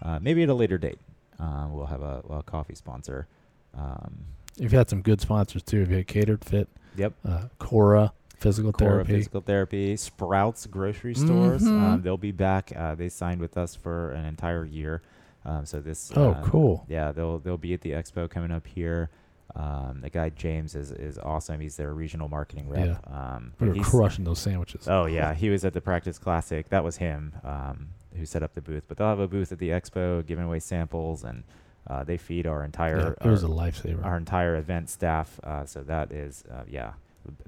S1: uh, maybe at a later date, uh, we'll have a, a coffee sponsor. Um,
S2: you've had some good sponsors too. If you had catered fit,
S1: yep,
S2: uh, Cora Physical
S1: Cora
S2: Therapy.
S1: Physical Therapy, Sprouts Grocery Stores. Um,
S2: Mhm.
S1: they'll be back. Uh, they signed with us for an entire year. Um, so this.
S2: Oh,
S1: uh,
S2: cool.
S1: yeah, they'll they'll be at the expo coming up here. Um, the guy James is, is awesome. He's their regional marketing rep. Um,
S2: We
S1: but
S2: were
S1: he's-
S2: crushing those sandwiches.
S1: oh yeah, he was at the practice classic. That was him um, who set up the booth. But they'll have a booth at the expo, giving away samples, and uh, they feed our
S2: Yeah,
S1: entire
S2: it was a
S1: our,
S2: lifesaver.
S1: our entire event staff. Uh, so that is uh, yeah,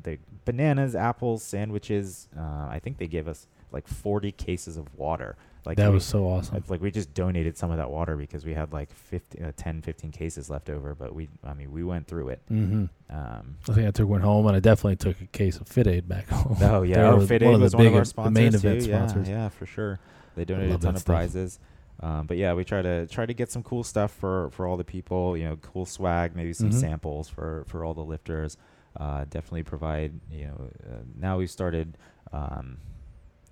S1: the bananas, apples, sandwiches. Uh, I think they gave us like 40 cases of water. Like
S2: that
S1: we-
S2: was so awesome.
S1: it's like we just donated some of that water because we had like 50, uh, 10, 15 cases left over, but we, I mean, we went through it.
S2: hmm
S1: Um,
S2: I think I took one home, and I definitely took a case of Fit Aid back home.
S1: oh
S2: They
S1: yeah, oh,
S2: were
S1: Fit
S2: one
S1: Aid
S2: of the
S1: was one of
S2: big
S1: our
S2: ev- the
S1: sponsors
S2: main
S1: too.
S2: event
S1: yeah,
S2: sponsors.
S1: yeah, for sure. They donated a
S2: love
S1: ton
S2: that
S1: of
S2: stuff.
S1: prizes. Um, but yeah, we try to try to get some cool stuff for for all the people. You know, cool swag, maybe some
S2: Mhm.
S1: samples for for all the lifters. Uh, definitely provide. You know, uh, now we've started. Um,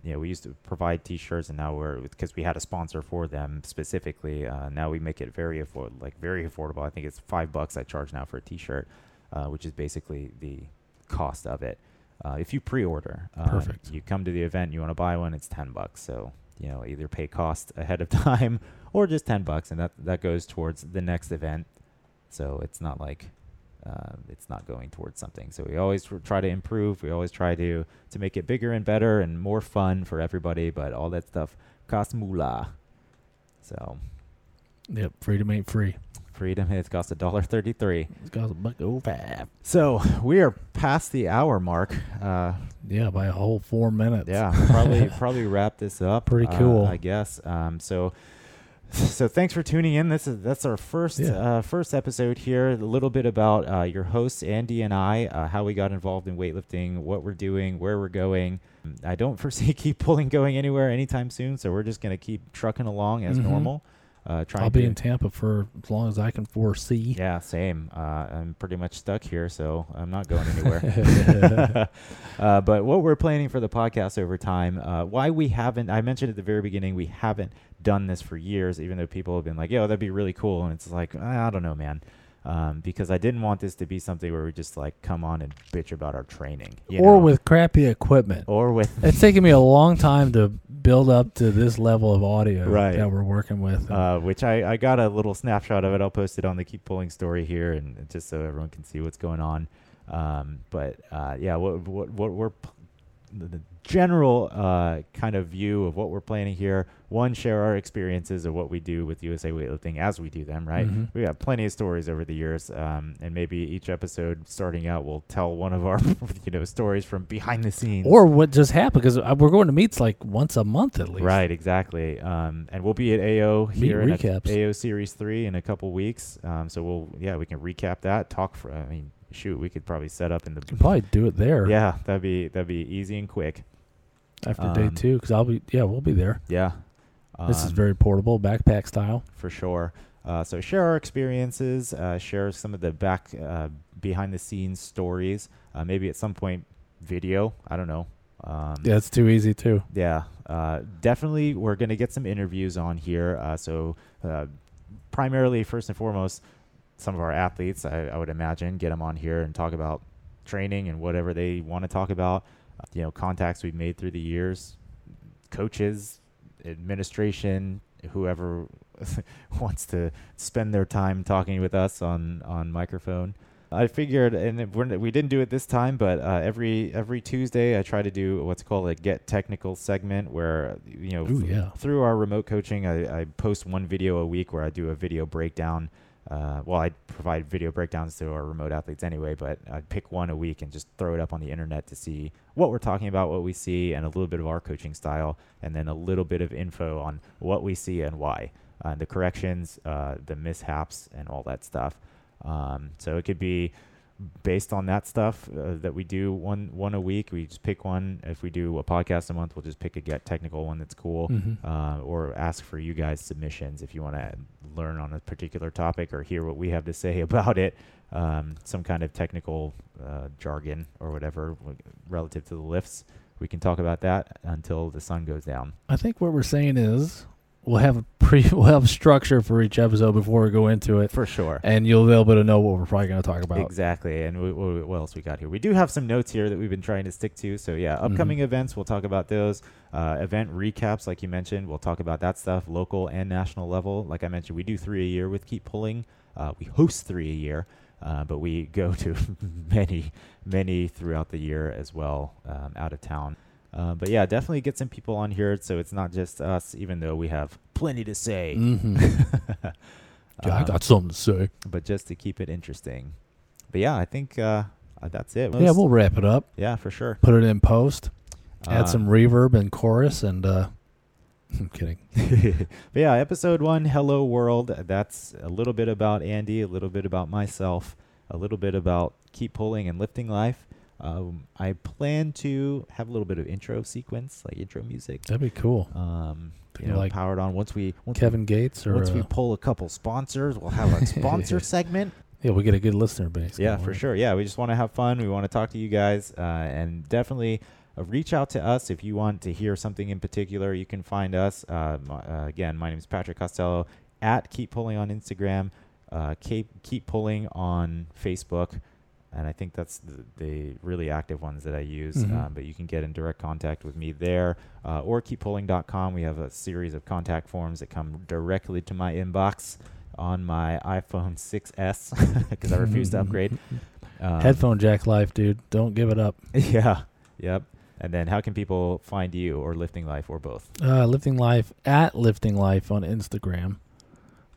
S1: you know, we used to provide T-shirts, and now we're because we had a sponsor for them specifically. Uh, now we make it very afford, like very affordable. I think it's five bucks I charge now for a T-shirt, uh, which is basically the cost of it. Uh, if you pre-order, um,
S2: Perfect.
S1: you come to the event, you want to buy one, it's ten bucks. So you know, either pay cost ahead of time or just ten bucks, and that that goes towards the next event. So it's not like uh, it's not going towards something. So we always tr- try to improve. We always try to to make it bigger and better and more fun for everybody. But all that stuff costs moolah. So
S2: Yep, freedom ain't free.
S1: Freedom has cost a dollar thirty-three.
S2: It's got a buck oh five.
S1: So we are past the hour mark. Uh,
S2: Yeah, by a whole four minutes.
S1: yeah, probably probably wrap this up.
S2: Pretty
S1: uh,
S2: cool.
S1: I guess. Um, so. So thanks for tuning in. This is that's our first
S2: Yeah.
S1: uh, first episode here. A little bit about uh, your hosts Andy and I, uh, how we got involved in weightlifting, what we're doing, where we're going. I don't foresee keep pulling going anywhere anytime soon, so we're just gonna keep trucking along as
S2: Mhm.
S1: normal. Uh, trying
S2: I'll be
S1: to,
S2: in Tampa for as long as I can foresee.
S1: Yeah, same. Uh, I'm pretty much stuck here, so I'm not going anywhere. uh, but what we're planning for the podcast over time, uh, why we haven't, I mentioned at the very beginning, we haven't done this for years, even though people have been like, yo, that'd be really cool. And it's like, I don't know, man. Um, because I didn't want this to be something where we just like come on and bitch about our training, you
S2: or
S1: know? Oh.
S2: with crappy equipment.
S1: or with
S2: It's taken me a long time to build up to this level of audio
S1: Right.
S2: that we're working with.
S1: uh, which I, I got a little snapshot of it. I'll post it on the Keep Pulling story here, and just so everyone can see what's going on. Um, but uh, yeah, what what what we're p- the the general uh, kind of view of what we're planning here. One, share our experiences of what we do with USA Weightlifting as we do them. Right,
S2: Mhm.
S1: we got plenty of stories over the years, um, and maybe each episode starting out, we'll tell one of our you know stories from behind the scenes.
S2: or what just happened because we're going to meets like once a month at least.
S1: Right, exactly. Um, and we'll be at AO here in a-
S2: recaps.
S1: AO Series Three in a couple weeks. Um, so we'll yeah we can recap that. Talk for I mean shoot we could probably set up in
S2: Can
S1: the
S2: probably do it there
S1: yeah that'd be that'd be easy and quick.
S2: after day
S1: Um,
S2: two because I'll be yeah we'll be there.
S1: Yeah,
S2: this is
S1: Um, Mm.
S2: very portable backpack style.
S1: for sure. Uh, so share our experiences, uh, share some of the back uh, behind the scenes stories. Uh, maybe at some point video. I don't know. Um,
S2: Yeah, it's too easy too.
S1: Yeah, uh, definitely. We're going to get some interviews on here. Uh, so, uh, primarily, first and foremost, some of our athletes, I, I would imagine, get them on here and talk about training and whatever they want to talk about. Uh, you know, contacts we've made through the years, coaches, administration, whoever wants to spend their time talking with us on on microphone. I figured, and it- we're, we didn't do it this time, but uh, every every Tuesday I try to do what's called a get technical segment, where you know
S2: Ooh,
S1: th-
S2: yeah.
S1: through our remote coaching, I, I post one video a week where I do a video breakdown. Uh, well, I provide video breakdowns to our remote athletes anyway, but I pick one a week and just throw it up on the internet to see what we're talking about, what we see, and a little bit of our coaching style, and then a little bit of info on what we see and why, uh, the corrections, uh, the mishaps, and all that stuff. Um, so it could be based on that stuff uh, that we do one one a week. We just pick one. If we do a podcast a month, we'll just pick a get technical one that's cool,
S2: Mhm.
S1: uh, or ask for you guys submissions if you want to learn on a particular topic or hear what we have to say about it. Um, some kind of technical uh, jargon or whatever w- relative to the lifts. We can talk about that until the sun goes down.
S2: I think what we're saying is we'll have a pre we'll have structure for each episode before we go into it,
S1: For sure.
S2: and you'll be able to know what we're probably going to talk about.
S1: Exactly. And we, we, what else we got here? We do have some notes here that we've been trying to stick to. So, yeah, upcoming
S2: Mhm.
S1: events, we'll talk about those. Uh, event recaps, like you mentioned, we'll talk about that stuff, local and national level. Like I mentioned, we do three a year with Keep Pulling. Uh, we host three a year, uh, but we go to many, many throughout the year as well um, out of town. Uh, but yeah, definitely get some people on here so it's not just us, even though we have plenty to say.
S2: hmm yeah, I
S1: Um,
S2: got something to say.
S1: but just to keep it interesting. But yeah, I think uh, uh, that's it.
S2: Yeah, we'll wrap it up.
S1: yeah, for sure.
S2: Put it in post.
S1: Uh,
S2: add some reverb and chorus, and uh, I'm kidding.
S1: but yeah, episode one, Hello World. That's a little bit about Andy, a little bit about myself, a little bit about keep pulling and lifting life. Um, I plan to have a little bit of intro sequence, like intro music.
S2: That'd be cool.
S1: Um, you
S2: Think
S1: know,
S2: like
S1: powered on. Once we once,
S2: Kevin Gates or
S1: once we
S2: uh,
S1: pull a couple sponsors, we'll have a sponsor segment.
S2: yeah, we get a good listener base.
S1: Yeah,
S2: going,
S1: for
S2: right?
S1: sure. Yeah, we just want to have fun. We want to talk to you guys, uh, and definitely uh, reach out to us if you want to hear something in particular. You can find us uh, m- uh, again. My name is Patrick Costello at Keep Pulling on Instagram, uh, keep Keep Pulling on Facebook, and I think that's the, the really active ones that I use.
S2: Mhm.
S1: Um, but you can get in direct contact with me there uh, or keeppulling.com. We have a series of contact forms that come directly to my inbox on my iPhone 6s because I refuse to upgrade. Um,
S2: Mm-hmm. Headphone jack life, dude. Don't give it up.
S1: Yeah. Yep. And then how can people find you or Lifting Life or both?
S2: Uh, lifting life at lifting life on Instagram,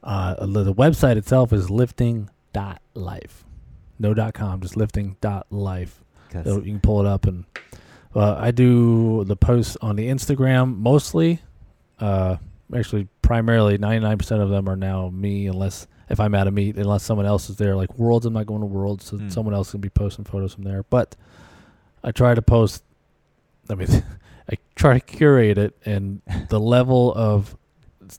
S2: Uh, li- the website itself is lifting.life. No dot com, just lifting dot life. It'll- Oh, you can pull it up and uh, I do the posts on the Instagram mostly. Uh, actually, primarily, ninety nine percent of them are now me, unless if I'm out of meat, unless someone else is there. Like Worlds, I'm not going to Worlds, so
S3: Hmm.
S2: someone else can be posting photos from there. But I try to post. I mean, I try to curate it, and the level of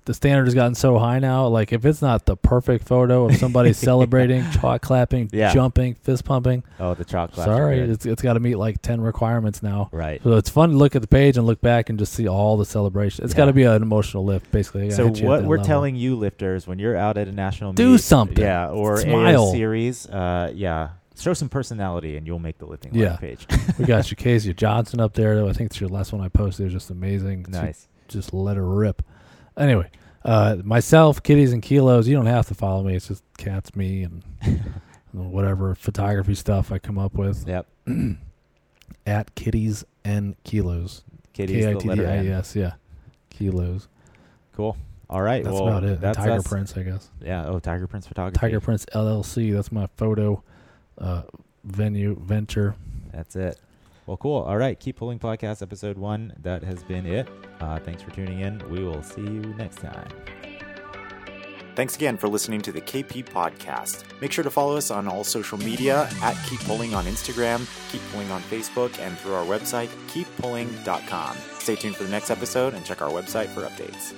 S2: the standard has gotten so high now. Like if it's not the perfect photo of somebody celebrating, chalk clapping,
S1: Yeah.
S2: jumping, fist pumping.
S1: oh, the chocolate.
S2: Sorry, it's, it's got to meet like 10 requirements now.
S1: right.
S2: So it's fun to look at the page and look back and just see all the celebration. It's got
S1: Yeah.
S2: to be an emotional lift, basically. They gotta
S1: So
S2: hit you at
S1: what
S2: that
S1: we're
S2: level.
S1: telling you, lifters, when you're out at a national
S2: Do
S1: meet,
S2: something.
S1: yeah, or
S2: Smile.
S1: a series, uh, yeah, show some personality, and you'll make the lifting
S2: Yeah.
S1: life page.
S2: we got Shakazia Johnson up there. though. I think it's your last one I posted. It was just amazing. She
S1: nice.
S2: just let her rip. Anyway, uh, myself, kitties and kilos. You don't have to follow me. It's just cats, me, and whatever photography stuff I come up with
S1: Yep.
S2: at kitties and kilos.
S1: Kitty's
S2: K i
S1: the
S2: t
S1: letter
S2: d i
S1: N.
S2: e s. Yeah, kilos.
S1: Cool. All right.
S2: That's
S1: well,
S2: about it.
S1: That's
S2: Tiger
S1: us.
S2: prints, I guess.
S1: Yeah. Oh, Tiger Prince Photography.
S2: Tiger Prince LLC. That's my photo uh, venue venture.
S1: That's it. Well, cool. All right. Keep Pulling Podcast, Episode 1. That has been it. Uh, thanks for tuning in. We will see you next time.
S3: Thanks again for listening to the KP Podcast. Make sure to follow us on all social media at Keep Pulling on Instagram, Keep Pulling on Facebook, and through our website, keeppulling.com. Stay tuned for the next episode and check our website for updates.